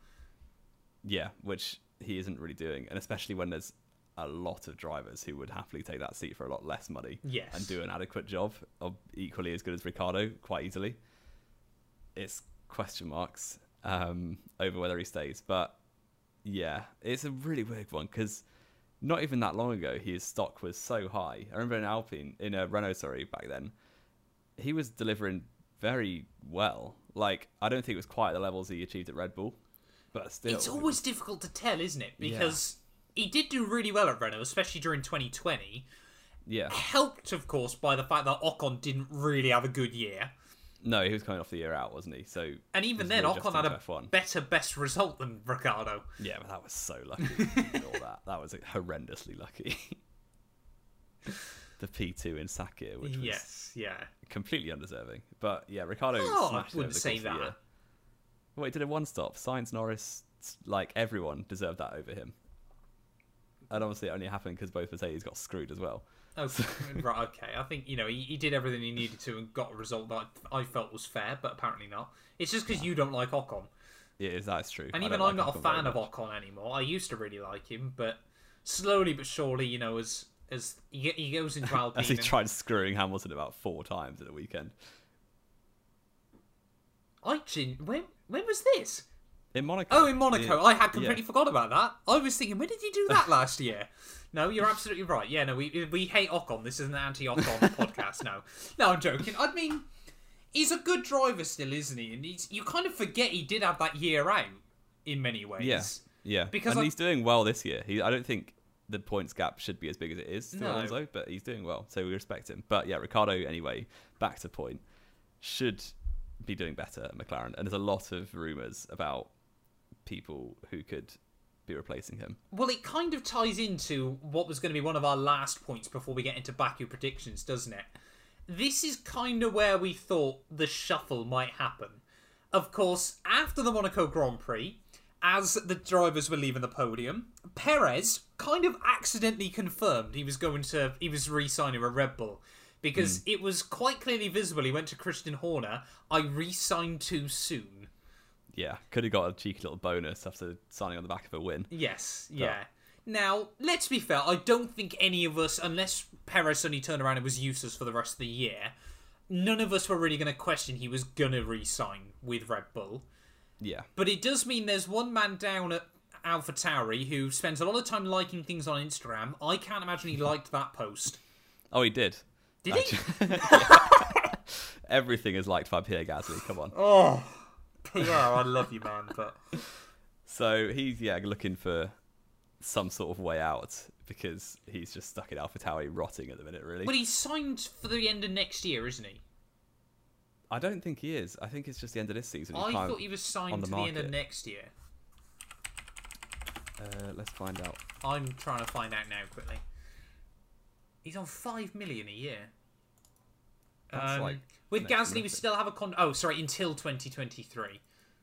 S2: Yeah, which he isn't really doing, and especially when there's a lot of drivers who would happily take that seat for a lot less money.
S1: Yes.
S2: and do an adequate job of equally as good as Ricardo quite easily. It's question marks um, over whether he stays, but yeah, it's a really weird one because not even that long ago his stock was so high. I remember in Alpine, in a Renault, sorry, back then, he was delivering very well. Like I don't think it was quite the levels he achieved at Red Bull, but still,
S1: It's
S2: it
S1: always difficult to tell, isn't it?
S2: Yeah.
S1: Because he did do really well at Renault, especially during 2020.
S2: yeah.
S1: Helped, of course, by the fact that Ocon didn't really have a good year.
S2: No, he was coming off the year out, wasn't he? So
S1: And even
S2: He's
S1: then,
S2: readjusting
S1: Ocon had
S2: to
S1: a
S2: F1.
S1: better best result than Ricardo.
S2: Yeah, but that was so lucky.
S1: [laughs]
S2: He did all that. That was horrendously lucky. the P2 in Sakir, which was
S1: Yes, yeah.
S2: completely undeserving. But yeah, Ricardo
S1: Oh, I
S2: smashed it over
S1: wouldn't
S2: the
S1: say
S2: course of the
S1: that.
S2: year. Well, he did a one stop. Science Norris, like everyone, deserved that over him. And obviously, it only happened because both Mercedes got screwed as well.
S1: Oh, right, okay. [laughs] I think, you know, he, he did everything he needed to and got a result that I, I felt was fair, but apparently not. It's just because you don't like Ocon.
S2: Yeah, is that's true.
S1: And
S2: I
S1: even
S2: don't
S1: I'm
S2: like
S1: not a
S2: Ocon very
S1: fan of
S2: much.
S1: Ocon anymore. I used to really like him, but slowly but surely, you know, as as he, get- he goes
S2: [laughs]
S1: into Alpine,
S2: As he
S1: and-
S2: tried screwing Hamilton about four times at the weekend.
S1: I gen- when when was this?
S2: In Monaco.
S1: Oh, in Monaco.
S2: Yeah.
S1: I had completely forgot about that. I was thinking, when did he do
S2: [laughs]
S1: that last year? No, you're absolutely right. Yeah, no, we we hate Ocon. This is an anti-Ocon
S2: [laughs]
S1: podcast. No, no, I'm joking. I mean, he's a good driver still, isn't he? And he's, you kind of forget he did have that year out in many ways.
S2: Yeah, yeah.
S1: Because
S2: and
S1: I-
S2: he's doing well this year. He, I don't think the points gap should be as big as it is to
S1: No.
S2: Alonso, but he's doing well, so we respect him. But yeah, Ricardo anyway, back to point, should be doing better at McLaren. And there's a lot of rumours about people who could be replacing him.
S1: Well, it kind of ties into what was going to be one of our last points before we get into Baku predictions, doesn't it? This is kind of where we thought the shuffle might happen. Of course, after the Monaco Grand Prix, as the drivers were leaving the podium, Perez kind of accidentally confirmed he was going to he was re-signing with Red Bull because it was quite clearly visible. He went to Christian Horner. I re-signed too soon.
S2: Yeah, could have got a cheeky little bonus after signing on the back of a win.
S1: Yes, yeah. Now, let's be fair, I don't think any of us, unless Perez suddenly turned around and was useless for the rest of the year, none of us were really going to question he was going to re sign with Red Bull.
S2: Yeah,
S1: But it does mean there's one man down at Alpha Tauri who spends a lot of time liking things on Instagram. I can't imagine he liked that post.
S2: Oh, he did.
S1: Did he?
S2: Everything is liked by Pierre Gasly. Come on.
S1: Oh, PR, I love you, man, but.
S2: So he's yeah looking for some sort of way out because he's just stuck in AlphaTauri rotting at the minute. Really,
S1: But he's signed for the end of next year, isn't he?
S2: I don't think he is. I think it's just the end of this season. He
S1: I
S2: can't-
S1: Oh, thought he was
S2: on
S1: signed
S2: the
S1: to the end of
S2: market.
S1: next year.
S2: Uh, let's find out.
S1: I'm trying to find out now quickly. He's on five million a year.
S2: That's
S1: Um,
S2: like
S1: with
S2: next
S1: Gasly,
S2: to
S1: we
S2: nothing.
S1: still have a con. Oh, sorry, until 2023.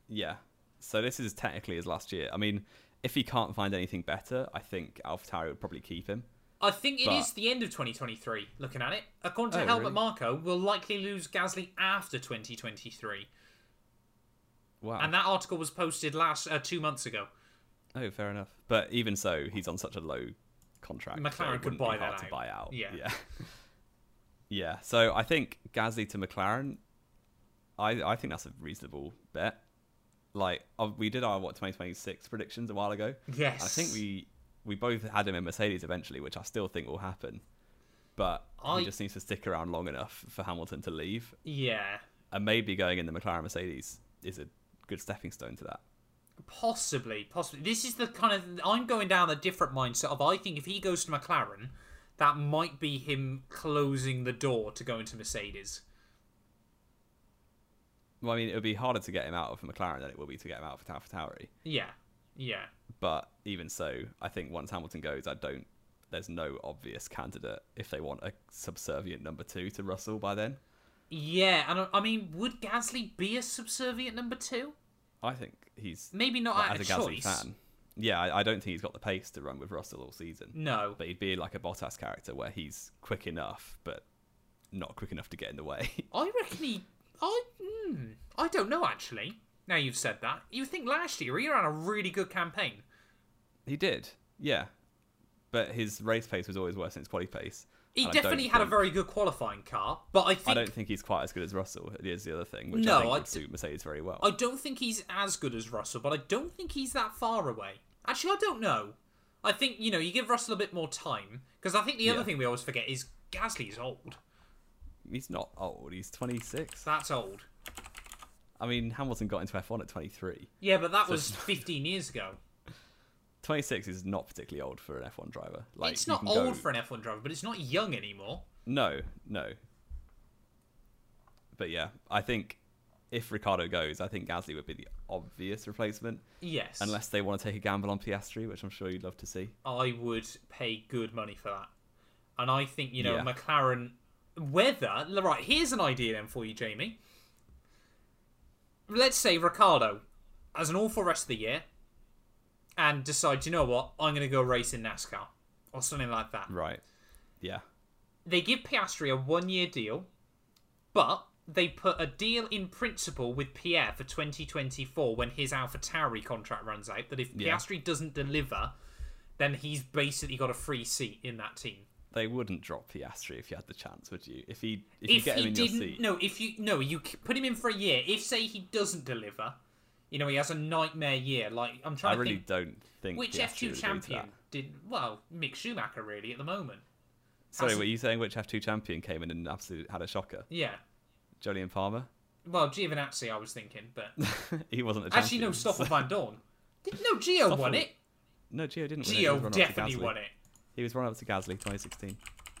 S2: Yeah. So this is technically his last year. I mean, if he can't find anything better, I think AlphaTauri would probably keep him.
S1: I think it is
S2: But-
S1: the end of 2023. Looking at it, according to
S2: Oh,
S1: Helmut
S2: really?
S1: Marco, we'll likely lose Gasly after 2023,
S2: Wow.
S1: and that article was posted last uh, two months ago.
S2: oh, fair enough. But even so, he's on such a low contract. so it
S1: McLaren could
S2: wouldn't be
S1: buy
S2: hard
S1: that
S2: to
S1: out.
S2: buy out.
S1: Yeah.
S2: Yeah. [laughs] Yeah, So I think Gasly to McLaren. I I think that's a reasonable bet. Like uh, we did our what 2026 predictions a while ago.
S1: Yes,
S2: I think we we both had him in Mercedes eventually, which I still think will happen. But
S1: I-
S2: he just needs to stick around long enough for Hamilton to leave,
S1: Yeah,
S2: and maybe going in the McLaren Mercedes is a good stepping stone to that.
S1: Possibly, possibly. This is the kind of I'm going down a different mindset of. I think if he goes to McLaren, that might be him closing the door to go into Mercedes.
S2: Well, I mean, it would be harder to get him out of McLaren than it would be to get him out of AlphaTauri.
S1: Yeah, yeah,
S2: But even so, I think once Hamilton goes, I don't. There's no obvious candidate if they want a subservient number two to Russell by then.
S1: yeah. And I, I mean, would Gasly be a subservient number two?
S2: I think he's
S1: Maybe not
S2: like,
S1: out
S2: as
S1: of
S2: a Gasly
S1: choice.
S2: fan. Yeah, I, I don't think he's got the pace to run with Russell all season.
S1: No,
S2: But he'd be like a Bottas character where he's quick enough, but not quick enough to get in the way. [laughs]
S1: I reckon he. I. Hmm, I don't know actually. Now you've said that, you think last year he ran a really good campaign.
S2: he did, yeah. But his race pace was always worse than his quali pace.
S1: He
S2: and I don't
S1: definitely had a
S2: think-
S1: very good qualifying car, but I think
S2: I don't think he's quite as good as Russell. Is the other thing, which
S1: No,
S2: I
S1: I
S2: think would
S1: d-
S2: suit Mercedes very well.
S1: I don't think he's as good as Russell, but I don't think he's that far away. Actually, I don't know. I think you know you give Russell a bit more time because I think the other
S2: Yeah.
S1: thing we always forget is Gasly's old.
S2: He's not old. He's 26.
S1: That's old.
S2: I mean, Hamilton got into F1 at 23.
S1: Yeah, but that was
S2: it's-
S1: 15 years ago.
S2: 26 is not particularly old for an F1 driver. [laughs] Like
S1: it's
S2: you
S1: not
S2: can
S1: old
S2: go-
S1: for an F1 driver, but it's not young anymore.
S2: No, no. But yeah, I think if Ricardo goes, I think Gasly would be the obvious replacement,
S1: Yes,
S2: unless they want to take a gamble on Piastri, which I'm sure you'd love to see.
S1: I would pay good money for that. And I think, you know,
S2: Yeah.
S1: McLaren, whether. Right, here's an idea then for you, Jamie. Let's say Ricardo has an awful rest of the year and decides, you know what, I'm going to go race in NASCAR or something like that.
S2: Right. Yeah.
S1: They give Piastri a one year deal, but they put a deal in principle with Pierre for 2024 when his AlphaTauri contract runs out that if
S2: Yeah.
S1: Piastri doesn't deliver, then he's basically got a free seat in that team.
S2: They wouldn't drop Piastri if you had the chance, would you? If he if, you
S1: if
S2: get him
S1: he
S2: in
S1: didn't
S2: your seat.
S1: no if you no you c- put him in for a year if say he doesn't deliver you know he has a nightmare year like i'm
S2: I
S1: trying to
S2: really
S1: think
S2: don't think
S1: which
S2: Piastri would agree
S1: f2
S2: to
S1: champion
S2: that.
S1: did well mick schumacher really at the moment
S2: Sorry,
S1: hasn't-
S2: were you saying which F2 champion came in and absolutely had a shocker?
S1: yeah
S2: Jolyon Palmer? [laughs]
S1: well giovinazzi i was thinking but
S2: he wasn't a champion.
S1: actually no stoffel van [laughs] dorn did no geo won it
S2: No, Gio didn't win it. He was
S1: geo
S2: run-up to
S1: definitely
S2: Gasly.
S1: won it
S2: He was run up to Gasly 2016.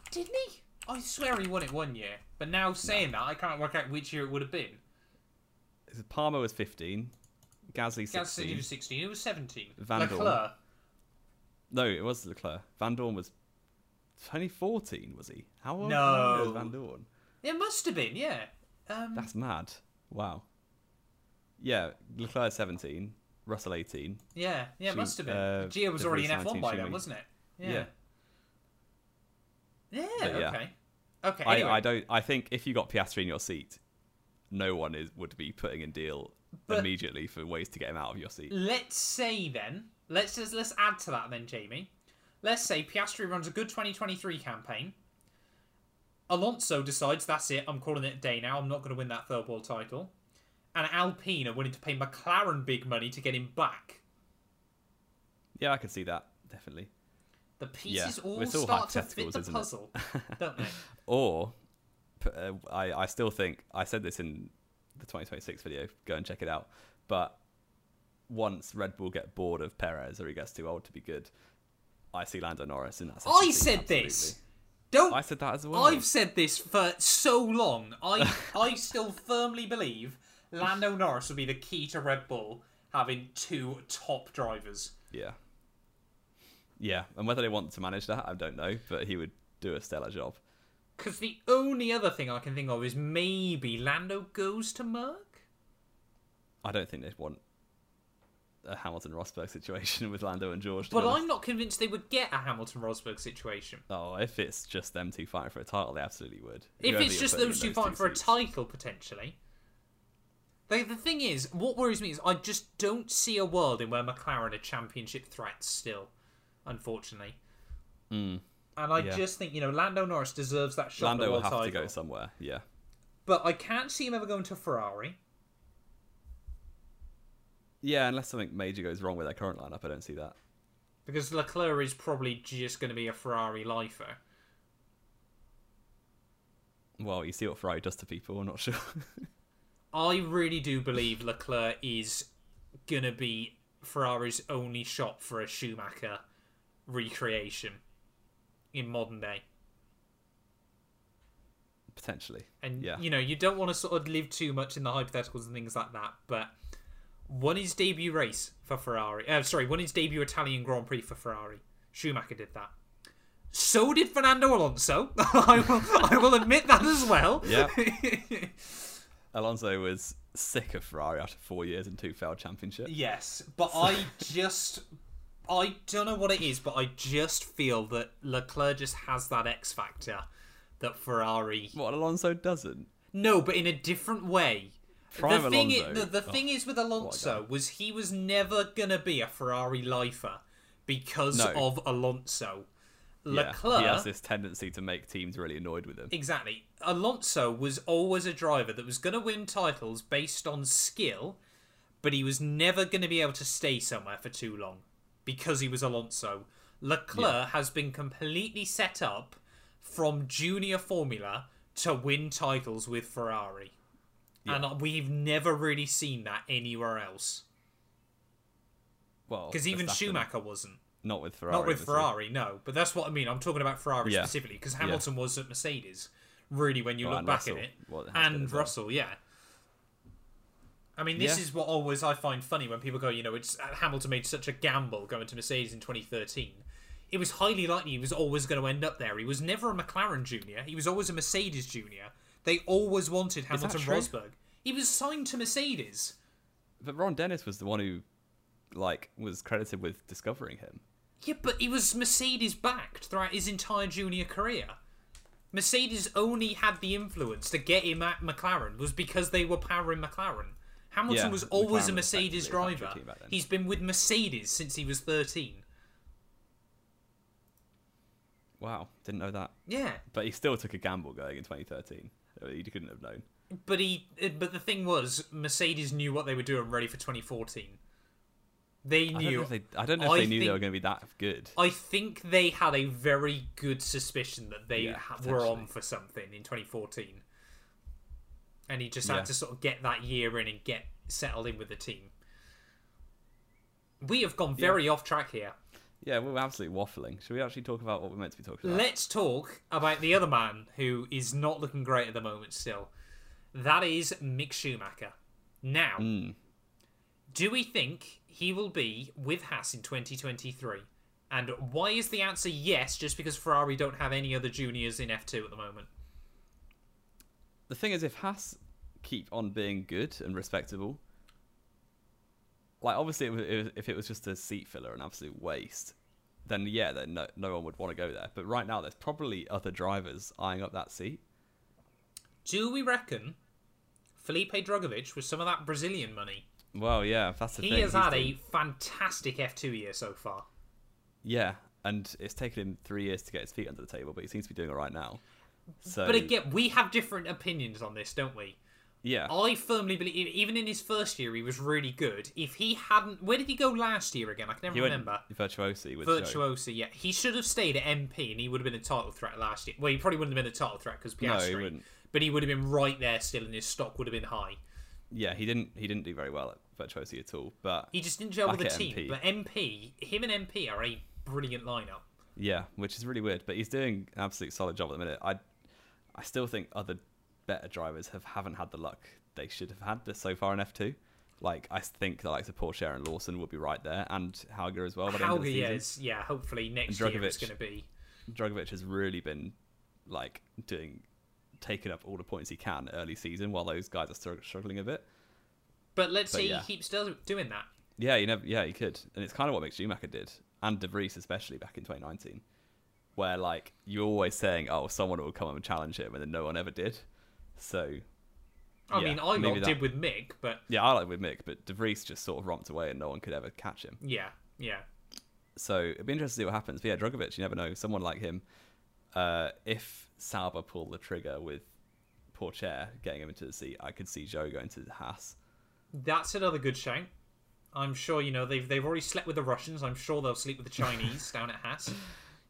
S1: didn't he i swear he won it one year but now saying that i can't work out which year it would have been
S2: Palmer was 15. Gasly 16.
S1: Gasly he was 16 he was 17
S2: Van Dorn.
S1: Leclerc
S2: No, it was Leclerc. Van Dorn was 2014, was he? How old
S1: No.
S2: was Van Dorn?
S1: it must have been yeah um,
S2: That's mad. Wow. Yeah, Leclerc 17, Russell 18.
S1: Yeah, yeah, it
S2: She-
S1: must have been.
S2: uh,
S1: Gia was
S2: the
S1: already in
S2: Bruce
S1: F1 by
S2: Hamilton,
S1: then,
S2: she-
S1: wasn't it? Yeah.
S2: Yeah.
S1: Yeah,
S2: But yeah.
S1: okay. Okay,
S2: I,
S1: anyway.
S2: I don't. I think if you got Piastri in your seat, no one is would be putting in deal
S1: But-
S2: immediately for ways to get him out of your seat.
S1: let's say then, let's just, let's add to that then, Jamie. Let's say Piastri runs a good 2023 campaign. Alonso decides that's it. I'm calling it a day now. I'm not going to win that third world title. And Alpine are willing to pay McLaren big money to get him back.
S2: Yeah, I could see that definitely.
S1: The pieces all
S2: it's all
S1: start to fit
S2: hypotheticals,
S1: the
S2: isn't it? [laughs]
S1: puzzle, don't they?
S2: Or p- uh, I, I still think I said this in the 2026 video. Go and check it out. But once Red Bull get bored of Perez or he gets too old to be good, I see Lando Norris in that. second
S1: I
S2: seat,
S1: said
S2: absolutely.
S1: this. Don't
S2: I said that as well.
S1: I've said this for so long. I
S2: [laughs]
S1: I still firmly believe Lando Norris will be the key to Red Bull having two top drivers.
S2: Yeah. Yeah, and whether they want to manage that, I don't know. But he would do a stellar job.
S1: Because the only other thing I can think of is maybe Lando goes to Merck.
S2: I don't think they'd want a Hamilton Rosberg situation [laughs] with Lando and George. to be
S1: But
S2: honest.
S1: I'm not convinced they would get a Hamilton Rosberg situation.
S2: Oh, if it's just them two fighting for a title, they absolutely would.
S1: If
S2: Whoever
S1: it's
S2: you're
S1: just
S2: putting in
S1: those two fighting for a
S2: seats.
S1: title, potentially. The, the thing is, what worries me is I just don't see a world in where McLaren are championship threats still, unfortunately. And I
S2: Hmm. Yeah.
S1: just think, you know, Lando Norris deserves that shot. at the
S2: Lando will
S1: world
S2: have
S1: title.
S2: to go somewhere. Yeah,
S1: But I can't see him ever going to Ferrari.
S2: yeah. Unless something major goes wrong with their current lineup, I don't see that.
S1: Because Leclerc is probably just going to be a Ferrari lifer.
S2: Well, you see what Ferrari does to people. I'm not [laughs] sure.
S1: I really do believe Leclerc is going to be Ferrari's only shot for a Schumacher recreation. in modern day.
S2: potentially.
S1: And
S2: Yeah.
S1: you know, you don't want to sort of live too much in the hypotheticals and things like that, but won his debut race for Ferrari. Uh, sorry, won his debut Italian Grand Prix for Ferrari. Schumacher did that. So did Fernando Alonso. [laughs] I will I will admit that as well. [laughs]
S2: Yeah. [laughs] Alonso was sick of Ferrari after four years and two failed championships.
S1: yes, but I just I don't know what it is, but I just feel that Leclerc just has that X factor that Ferrari
S2: What Alonso doesn't.
S1: No, but in a different way.
S2: Prime
S1: the thing, i-
S2: Alonso. Oh,
S1: the, the thing is with Alonso was he was never gonna be a Ferrari lifer because
S2: No.
S1: of Alonso.
S2: Yeah,
S1: Leclerc
S2: He has this tendency to make teams really annoyed with him.
S1: Exactly. Alonso was always a driver that was going to win titles based on skill, but he was never going to be able to stay somewhere for too long because he was Alonso. Leclerc has been completely set up from junior formula to win titles with Ferrari. And we've never really seen that anywhere else.
S2: Well,
S1: Because even
S2: Verstappen,
S1: Schumacher wasn't.
S2: not with Ferrari,
S1: Not with
S2: was he?
S1: Ferrari, no. But that's what I mean. I'm talking about Ferrari
S2: Yeah.
S1: specifically because Hamilton was at Mercedes. Really, when you
S2: Well,
S1: look
S2: and
S1: back
S2: Russell.
S1: at it,
S2: Well, it has been
S1: and
S2: as well.
S1: Russell, yeah. I mean, this
S2: Yeah.
S1: is what always I find funny when people go, you know, it's uh, Hamilton made such a gamble going to Mercedes in 2013. It was highly likely he was always going to end up there. He was never a McLaren junior. He was always a Mercedes junior. They always wanted Hamilton
S2: true?
S1: Rosberg. He was signed to Mercedes.
S2: But Ron Dennis was the one who, like, was credited with discovering him.
S1: Yeah, but he was Mercedes backed throughout his entire junior career. Mercedes only had the influence to get him at McLaren was because they were powering McLaren. Hamilton
S2: Yeah,
S1: was always
S2: McLaren was
S1: a Mercedes
S2: effectively a factory
S1: driver.
S2: team back then.
S1: He's been with Mercedes since he was 13.
S2: Wow, didn't know that.
S1: Yeah,
S2: But he still took a gamble going in 2013. Uh, You couldn't have known.
S1: but he eh, but the thing was Mercedes knew what they were doing ready for 2014. They
S2: I don't know
S1: knew
S2: if they, I don't know if
S1: I
S2: they knew they
S1: think-
S2: were going to be that good.
S1: I think they had a very good suspicion that they
S2: Yeah,
S1: ha- were on
S2: potentially.
S1: for something in 2014. And he just
S2: Yeah.
S1: had to sort of get that year in and get settled in with the team. We have gone very off track here.
S2: Yeah, we were absolutely waffling. Should we actually talk about what we're meant to be talking about?
S1: Let's talk about the other man who is not looking great at the moment still. That is Mick Schumacher. Now, do we think he will be with Haas in 2023? And why is the answer yes, just because Ferrari don't have any other juniors in F2 at the moment?
S2: the thing is, if Haas keep on being good and respectable, like obviously, it was, it was, if it was just a seat filler, an absolute waste, then yeah, then no, no one would want to go there. But right now, there's probably other drivers eyeing up that seat.
S1: Do we reckon Felipe Drogovic with some of that Brazilian money?
S2: Well, yeah, if that's the
S1: He
S2: thing.
S1: has
S2: he's
S1: had
S2: doing-
S1: a fantastic F2 year so far.
S2: yeah, and it's taken him three years to get his feet under the table, but he seems to be doing it right now. So,
S1: But again, we have different opinions on this, don't we?
S2: yeah,
S1: I firmly believe, e, even in his first year, he was really good. If he hadn't, where did he go last year again? I can never
S2: he went
S1: remember.
S2: virtuosi with Joe.
S1: Virtuoso, yeah. He should have stayed at MP and he would have been a title threat last year. Well, he probably wouldn't have been a title threat because
S2: No,
S1: Piastri.
S2: he wouldn't.
S1: But he would have been right there still and his stock would have been high.
S2: Yeah, he didn't. He didn't do very well at virtuosi at all. But
S1: He just didn't gel with the
S2: Back at
S1: team.
S2: MP.
S1: But MP, him and MP are a brilliant lineup.
S2: Yeah, which is really weird, but he's doing an absolute solid job at the minute. I, I still think other better drivers have haven't had the luck they should have had this so far in F two. Like I think the likes of Porsche and Lawson will be right there, and Hauger as well. By the end of
S1: How
S2: the
S1: he
S2: season,
S1: is, yeah, hopefully next
S2: And
S1: year it's
S2: Dragovic.
S1: going to be.
S2: Drogovic has really been like doing, taking up all the points he can early season, while those guys are str- struggling a bit.
S1: But let's
S2: But
S1: say
S2: yeah.
S1: he keeps still doing that.
S2: Yeah, you never. Yeah, he could, and it's kind of what Mick Schumacher did, and De Vries especially back in 2019, where like you're always saying, "Oh, someone will come and challenge him," and then no one ever did. So,
S1: I
S2: Yeah,
S1: mean, I
S2: maybe
S1: lot
S2: that-
S1: did with Mick, but
S2: yeah, I like with Mick, but De Vries just sort of romped away, and no one could ever catch him.
S1: yeah, yeah.
S2: So it'd be interesting to see what happens. But yeah, Drogovic, you never know. Someone like him, uh, if Sauber pull the trigger with Porcher getting him into the seat, I could see Joe going to the Haas.
S1: That's another good shout. I'm sure you know they've they've already slept with the Russians. I'm sure they'll sleep with the
S2: [laughs]
S1: Chinese down at Haas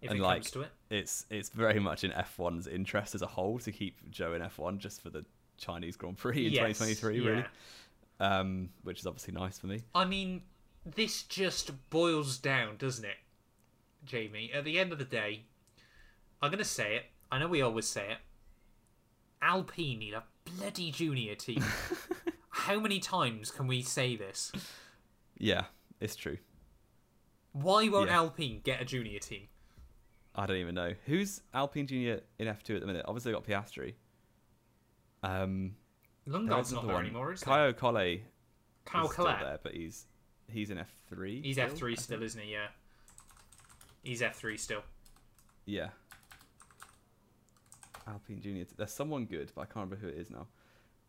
S1: if
S2: And
S1: it
S2: like,
S1: comes to it.
S2: it's it's very much in F1's interest as a whole to keep Joe in F1 just for the Chinese Grand Prix in
S1: Yes,
S2: 2023,
S1: yeah.
S2: really, um, which is obviously nice for me.
S1: I mean, this just boils down, doesn't it, Jamie? At the end of the day, I'm gonna say it. I know we always say it. Alpine need a bloody junior
S2: [laughs]
S1: team. How many times can we say this?
S2: Yeah, it's true.
S1: Why won't
S2: Yeah.
S1: Alpine get a junior team?
S2: I don't even know who's Alpine Junior in F two at the minute. Obviously, they got Piastri. Um, there
S1: Lungard's
S2: is
S1: not
S2: another
S1: there
S2: one.
S1: anymore, is he?
S2: Kyle Colle
S1: Kyle
S2: is still
S1: Collette.
S2: there, but he's he's in F three.
S1: He's F three still, isn't he? Yeah. He's F three still.
S2: Yeah. Alpine Junior. There's someone good, but I can't remember who it is now.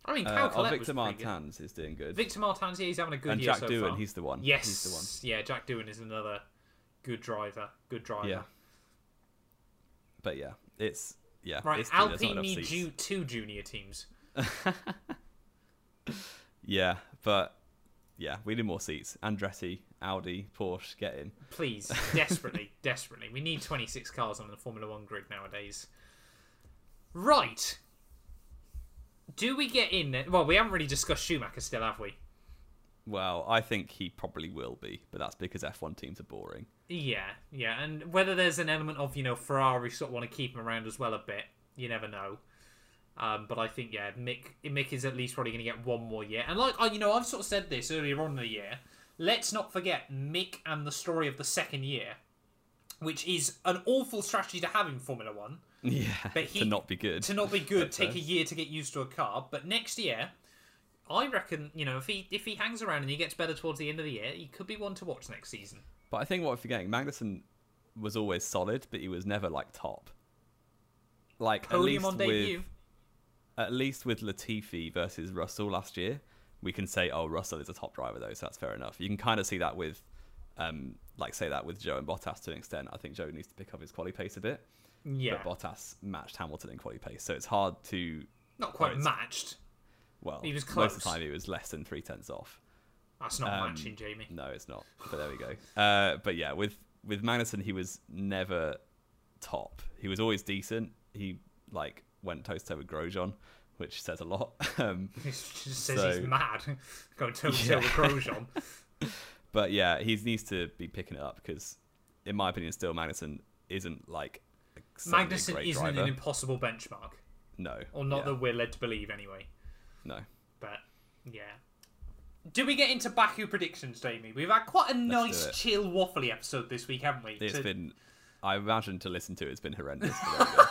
S1: I mean, Kyle
S2: Uh, oh,
S1: Collette
S2: Victor
S1: was pretty good.
S2: Martans is doing good.
S1: Victor Martans, yeah, he's having a good
S2: and
S1: year
S2: Jack
S1: so
S2: Doohan,
S1: far.
S2: he's the one.
S1: yes,
S2: He's the one.
S1: yeah, Jack Doohan is another good driver. Good driver.
S2: Yeah. But yeah, it's yeah.
S1: Right,
S2: it's true, there's not
S1: Alpine
S2: enough
S1: need
S2: seats.
S1: ju- two junior teams.
S2: Yeah, but yeah, we need more seats. Andretti, Audi, Porsche, get in. [laughs]
S1: Please, desperately, desperately. We need 26 cars on the Formula One grid nowadays. Right. Do we get in there? Well, we haven't really discussed Schumacher still, have we?
S2: Well, I think he probably will be, but that's because F1 teams are boring. [laughs]
S1: Yeah, yeah. And whether there's an element of, you know, Ferrari sort of want to keep him around as well a bit, you never know. Um, but I think, yeah, Mick Mick is at least probably going to get one more year. And, like, I, you know, I've sort of said this earlier on in the year. Let's not forget Mick and the story of the second year, which is an awful strategy to have in Formula One.
S2: Yeah,
S1: But he-
S2: to not be good.
S1: to not be
S2: [laughs]
S1: good,
S2: That's
S1: take a
S2: fair.
S1: year to get used to a car. But next year, I reckon you know if he if he hangs around and he gets better towards the end of the year, he could be one to watch next season.
S2: But I think what we're forgetting, Magnussen was always solid, but he was never like top. Like at
S1: Podium
S2: least
S1: on debut.
S2: with at least with Latifi versus Russell last year, we can say, oh, Russell is a top driver though, so that's fair enough. You can kind of see that with, um, like say that with Joe and Bottas to an extent. I think Joe needs to pick up his quali pace a bit,
S1: yeah,
S2: but Bottas matched Hamilton in quali pace, so it's hard to.
S1: not quite
S2: it's-
S1: matched.
S2: Well,
S1: He was
S2: most of the
S1: close.
S2: time he was less than three tenths off.
S1: That's not
S2: Um,
S1: matching, Jamie. [laughs]
S2: No, it's not. But there we go. Uh, but yeah, with with Magnussen, he was never top. He was always decent. He like went toe to toe with Grosjean, which says a lot. [laughs] um,
S1: He just says
S2: so-
S1: he's mad [laughs] going toe to toe with Grosjean.
S2: [laughs] but yeah, he needs to be picking it up because, in my opinion, still Magnussen isn't like suddenly a
S1: Magnussen
S2: great
S1: isn't
S2: driver.
S1: an impossible benchmark,
S2: no,
S1: or not
S2: yeah,
S1: that we're led to believe anyway.
S2: no.
S1: But yeah. Do we get into Baku predictions, Jamie? We've had quite a nice,
S2: it.
S1: chill, waffly episode this week, haven't we?
S2: It's
S1: To-
S2: been. I imagine to listen to it's
S1: [laughs]
S2: been horrendous. but there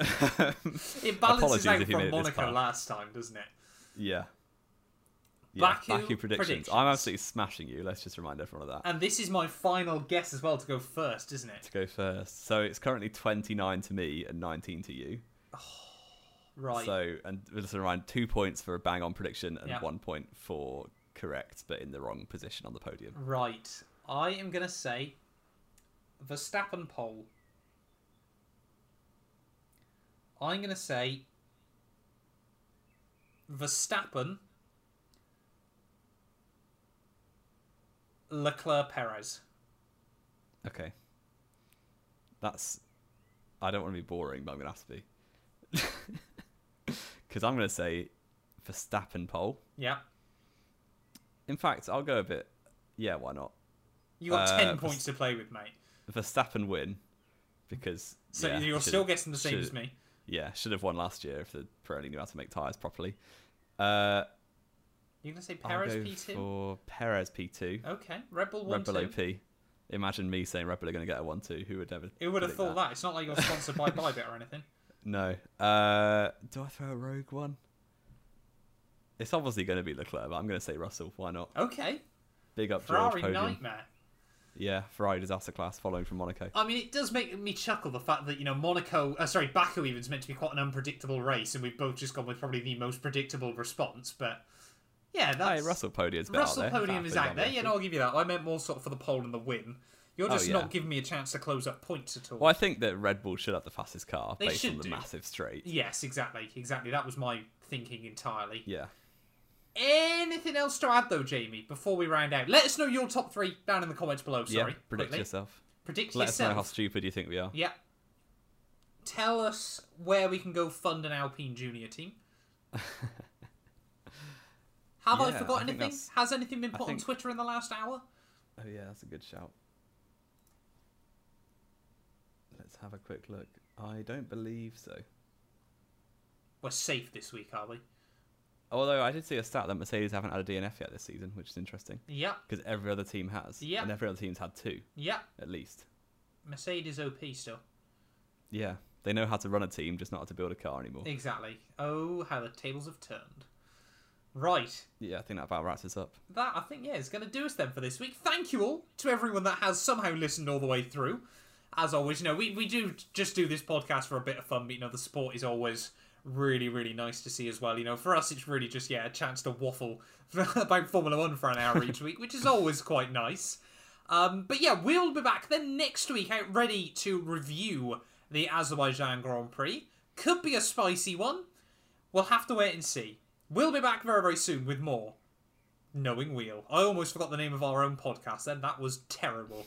S2: we go.
S1: It balances
S2: Apologies
S1: out
S2: if you made
S1: from
S2: it this
S1: Monaco
S2: far.
S1: last time, doesn't it?
S2: yeah. Yeah,
S1: Baku predictions.
S2: I'm absolutely smashing you. Let's just remind everyone of that.
S1: And this is my final guess as well to go first, isn't it?
S2: to go first. So it's currently 29 to me and 19 to you.
S1: Right.
S2: So, and listen, around two points for a bang on prediction and
S1: Yeah.
S2: one point for correct, but in the wrong position on the podium.
S1: Right. I am going to say Verstappen pole. I'm going to say Verstappen Leclerc Perez.
S2: Okay. That's. I don't want to be boring, but I'm going to have to be. [laughs] Because I'm going to say Verstappen pole.
S1: Yeah.
S2: In fact, I'll go a bit. Yeah, why not?
S1: You got
S2: Uh,
S1: 10
S2: Verst-
S1: points to play with, mate.
S2: Verstappen win. Because.
S1: So
S2: yeah,
S1: you're
S2: should-
S1: still guessing the same
S2: should-
S1: as me.
S2: Yeah, should have won last year if the Pirelli knew how to make tyres properly. Uh,
S1: You're gonna say
S2: I'll
S1: Perez
S2: go
S1: P two?
S2: for Perez P2.
S1: Okay, Red Bull one
S2: Red Bull
S1: two.
S2: OP. Imagine me saying Red Bull are going to get a 1 2. Who would ever.
S1: Who would have
S2: predict
S1: thought that? It's not like you're sponsored
S2: [laughs]
S1: by Bybit or anything.
S2: No. Uh, do I throw a rogue one? It's obviously going to be Leclerc, but I'm going to say Russell. Why not?
S1: Okay,
S2: Big up
S1: Ferrari
S2: George Podium.
S1: nightmare.
S2: Yeah, Ferrari disaster class following from Monaco.
S1: I mean, it does make me chuckle the fact that you know Monaco, uh, sorry, Baku even's meant to be quite an unpredictable race, and we've both just gone with probably the most predictable response. But yeah, Oh, that's
S2: Hey, Russell Podium's better.
S1: Russell Podium is out there. Yeah,
S2: you
S1: no,
S2: know.
S1: I'll give you that. I meant more sort of for the pole and the win. You're
S2: Oh,
S1: just
S2: yeah.
S1: not giving me a chance to close up points at all.
S2: Well, I think that Red Bull should have the fastest car
S1: They
S2: based
S1: should
S2: on the
S1: do.
S2: massive straight.
S1: Yes, exactly, exactly. That was my thinking entirely.
S2: Yeah.
S1: Anything else to add though, Jamie, before we round out? Let us know your top three down in the comments below. Sorry.
S2: yeah. Predict
S1: quickly.
S2: yourself.
S1: Predict
S2: Let us
S1: yourself.
S2: know how stupid you think we are.
S1: Yeah. Tell us where we can go fund an Alpine Junior
S2: [laughs]
S1: team. Have I
S2: Yeah,
S1: forgot
S2: I think
S1: anything?
S2: that's-
S1: Has anything been put on
S2: think-
S1: Twitter in the last hour?
S2: Oh yeah, that's a good shout. Let's have a quick look. I don't believe so.
S1: We're safe this week, are we?
S2: Although I did see a stat that Mercedes haven't had a DNF yet this season, which is interesting
S1: Yeah,
S2: because every other team has.
S1: Yeah.
S2: And every other team's had two
S1: yeah.
S2: at least.
S1: Mercedes OP still.
S2: Yeah. They know how to run a team, just not how to build a car anymore.
S1: Exactly. Oh, how the tables have turned. Right.
S2: Yeah, I think that about wraps us up.
S1: That, I think, yeah, is going to do us then for this week. Thank you all to everyone that has somehow listened all the way through. As always, you know, we, we do just do this podcast for a bit of fun, but, you know, the support is always really, really nice to see as well. You know, for us, it's really just, yeah, a chance to waffle [laughs] about Formula One for an hour each week, which is always quite nice. Um, but yeah, we'll be back then next week, out ready to review the Azerbaijan Grand Prix. Could be a spicy one. We'll have to wait and see. We'll be back very, very soon with more Knowing Wheel. I almost forgot the name of our own podcast then. That was terrible.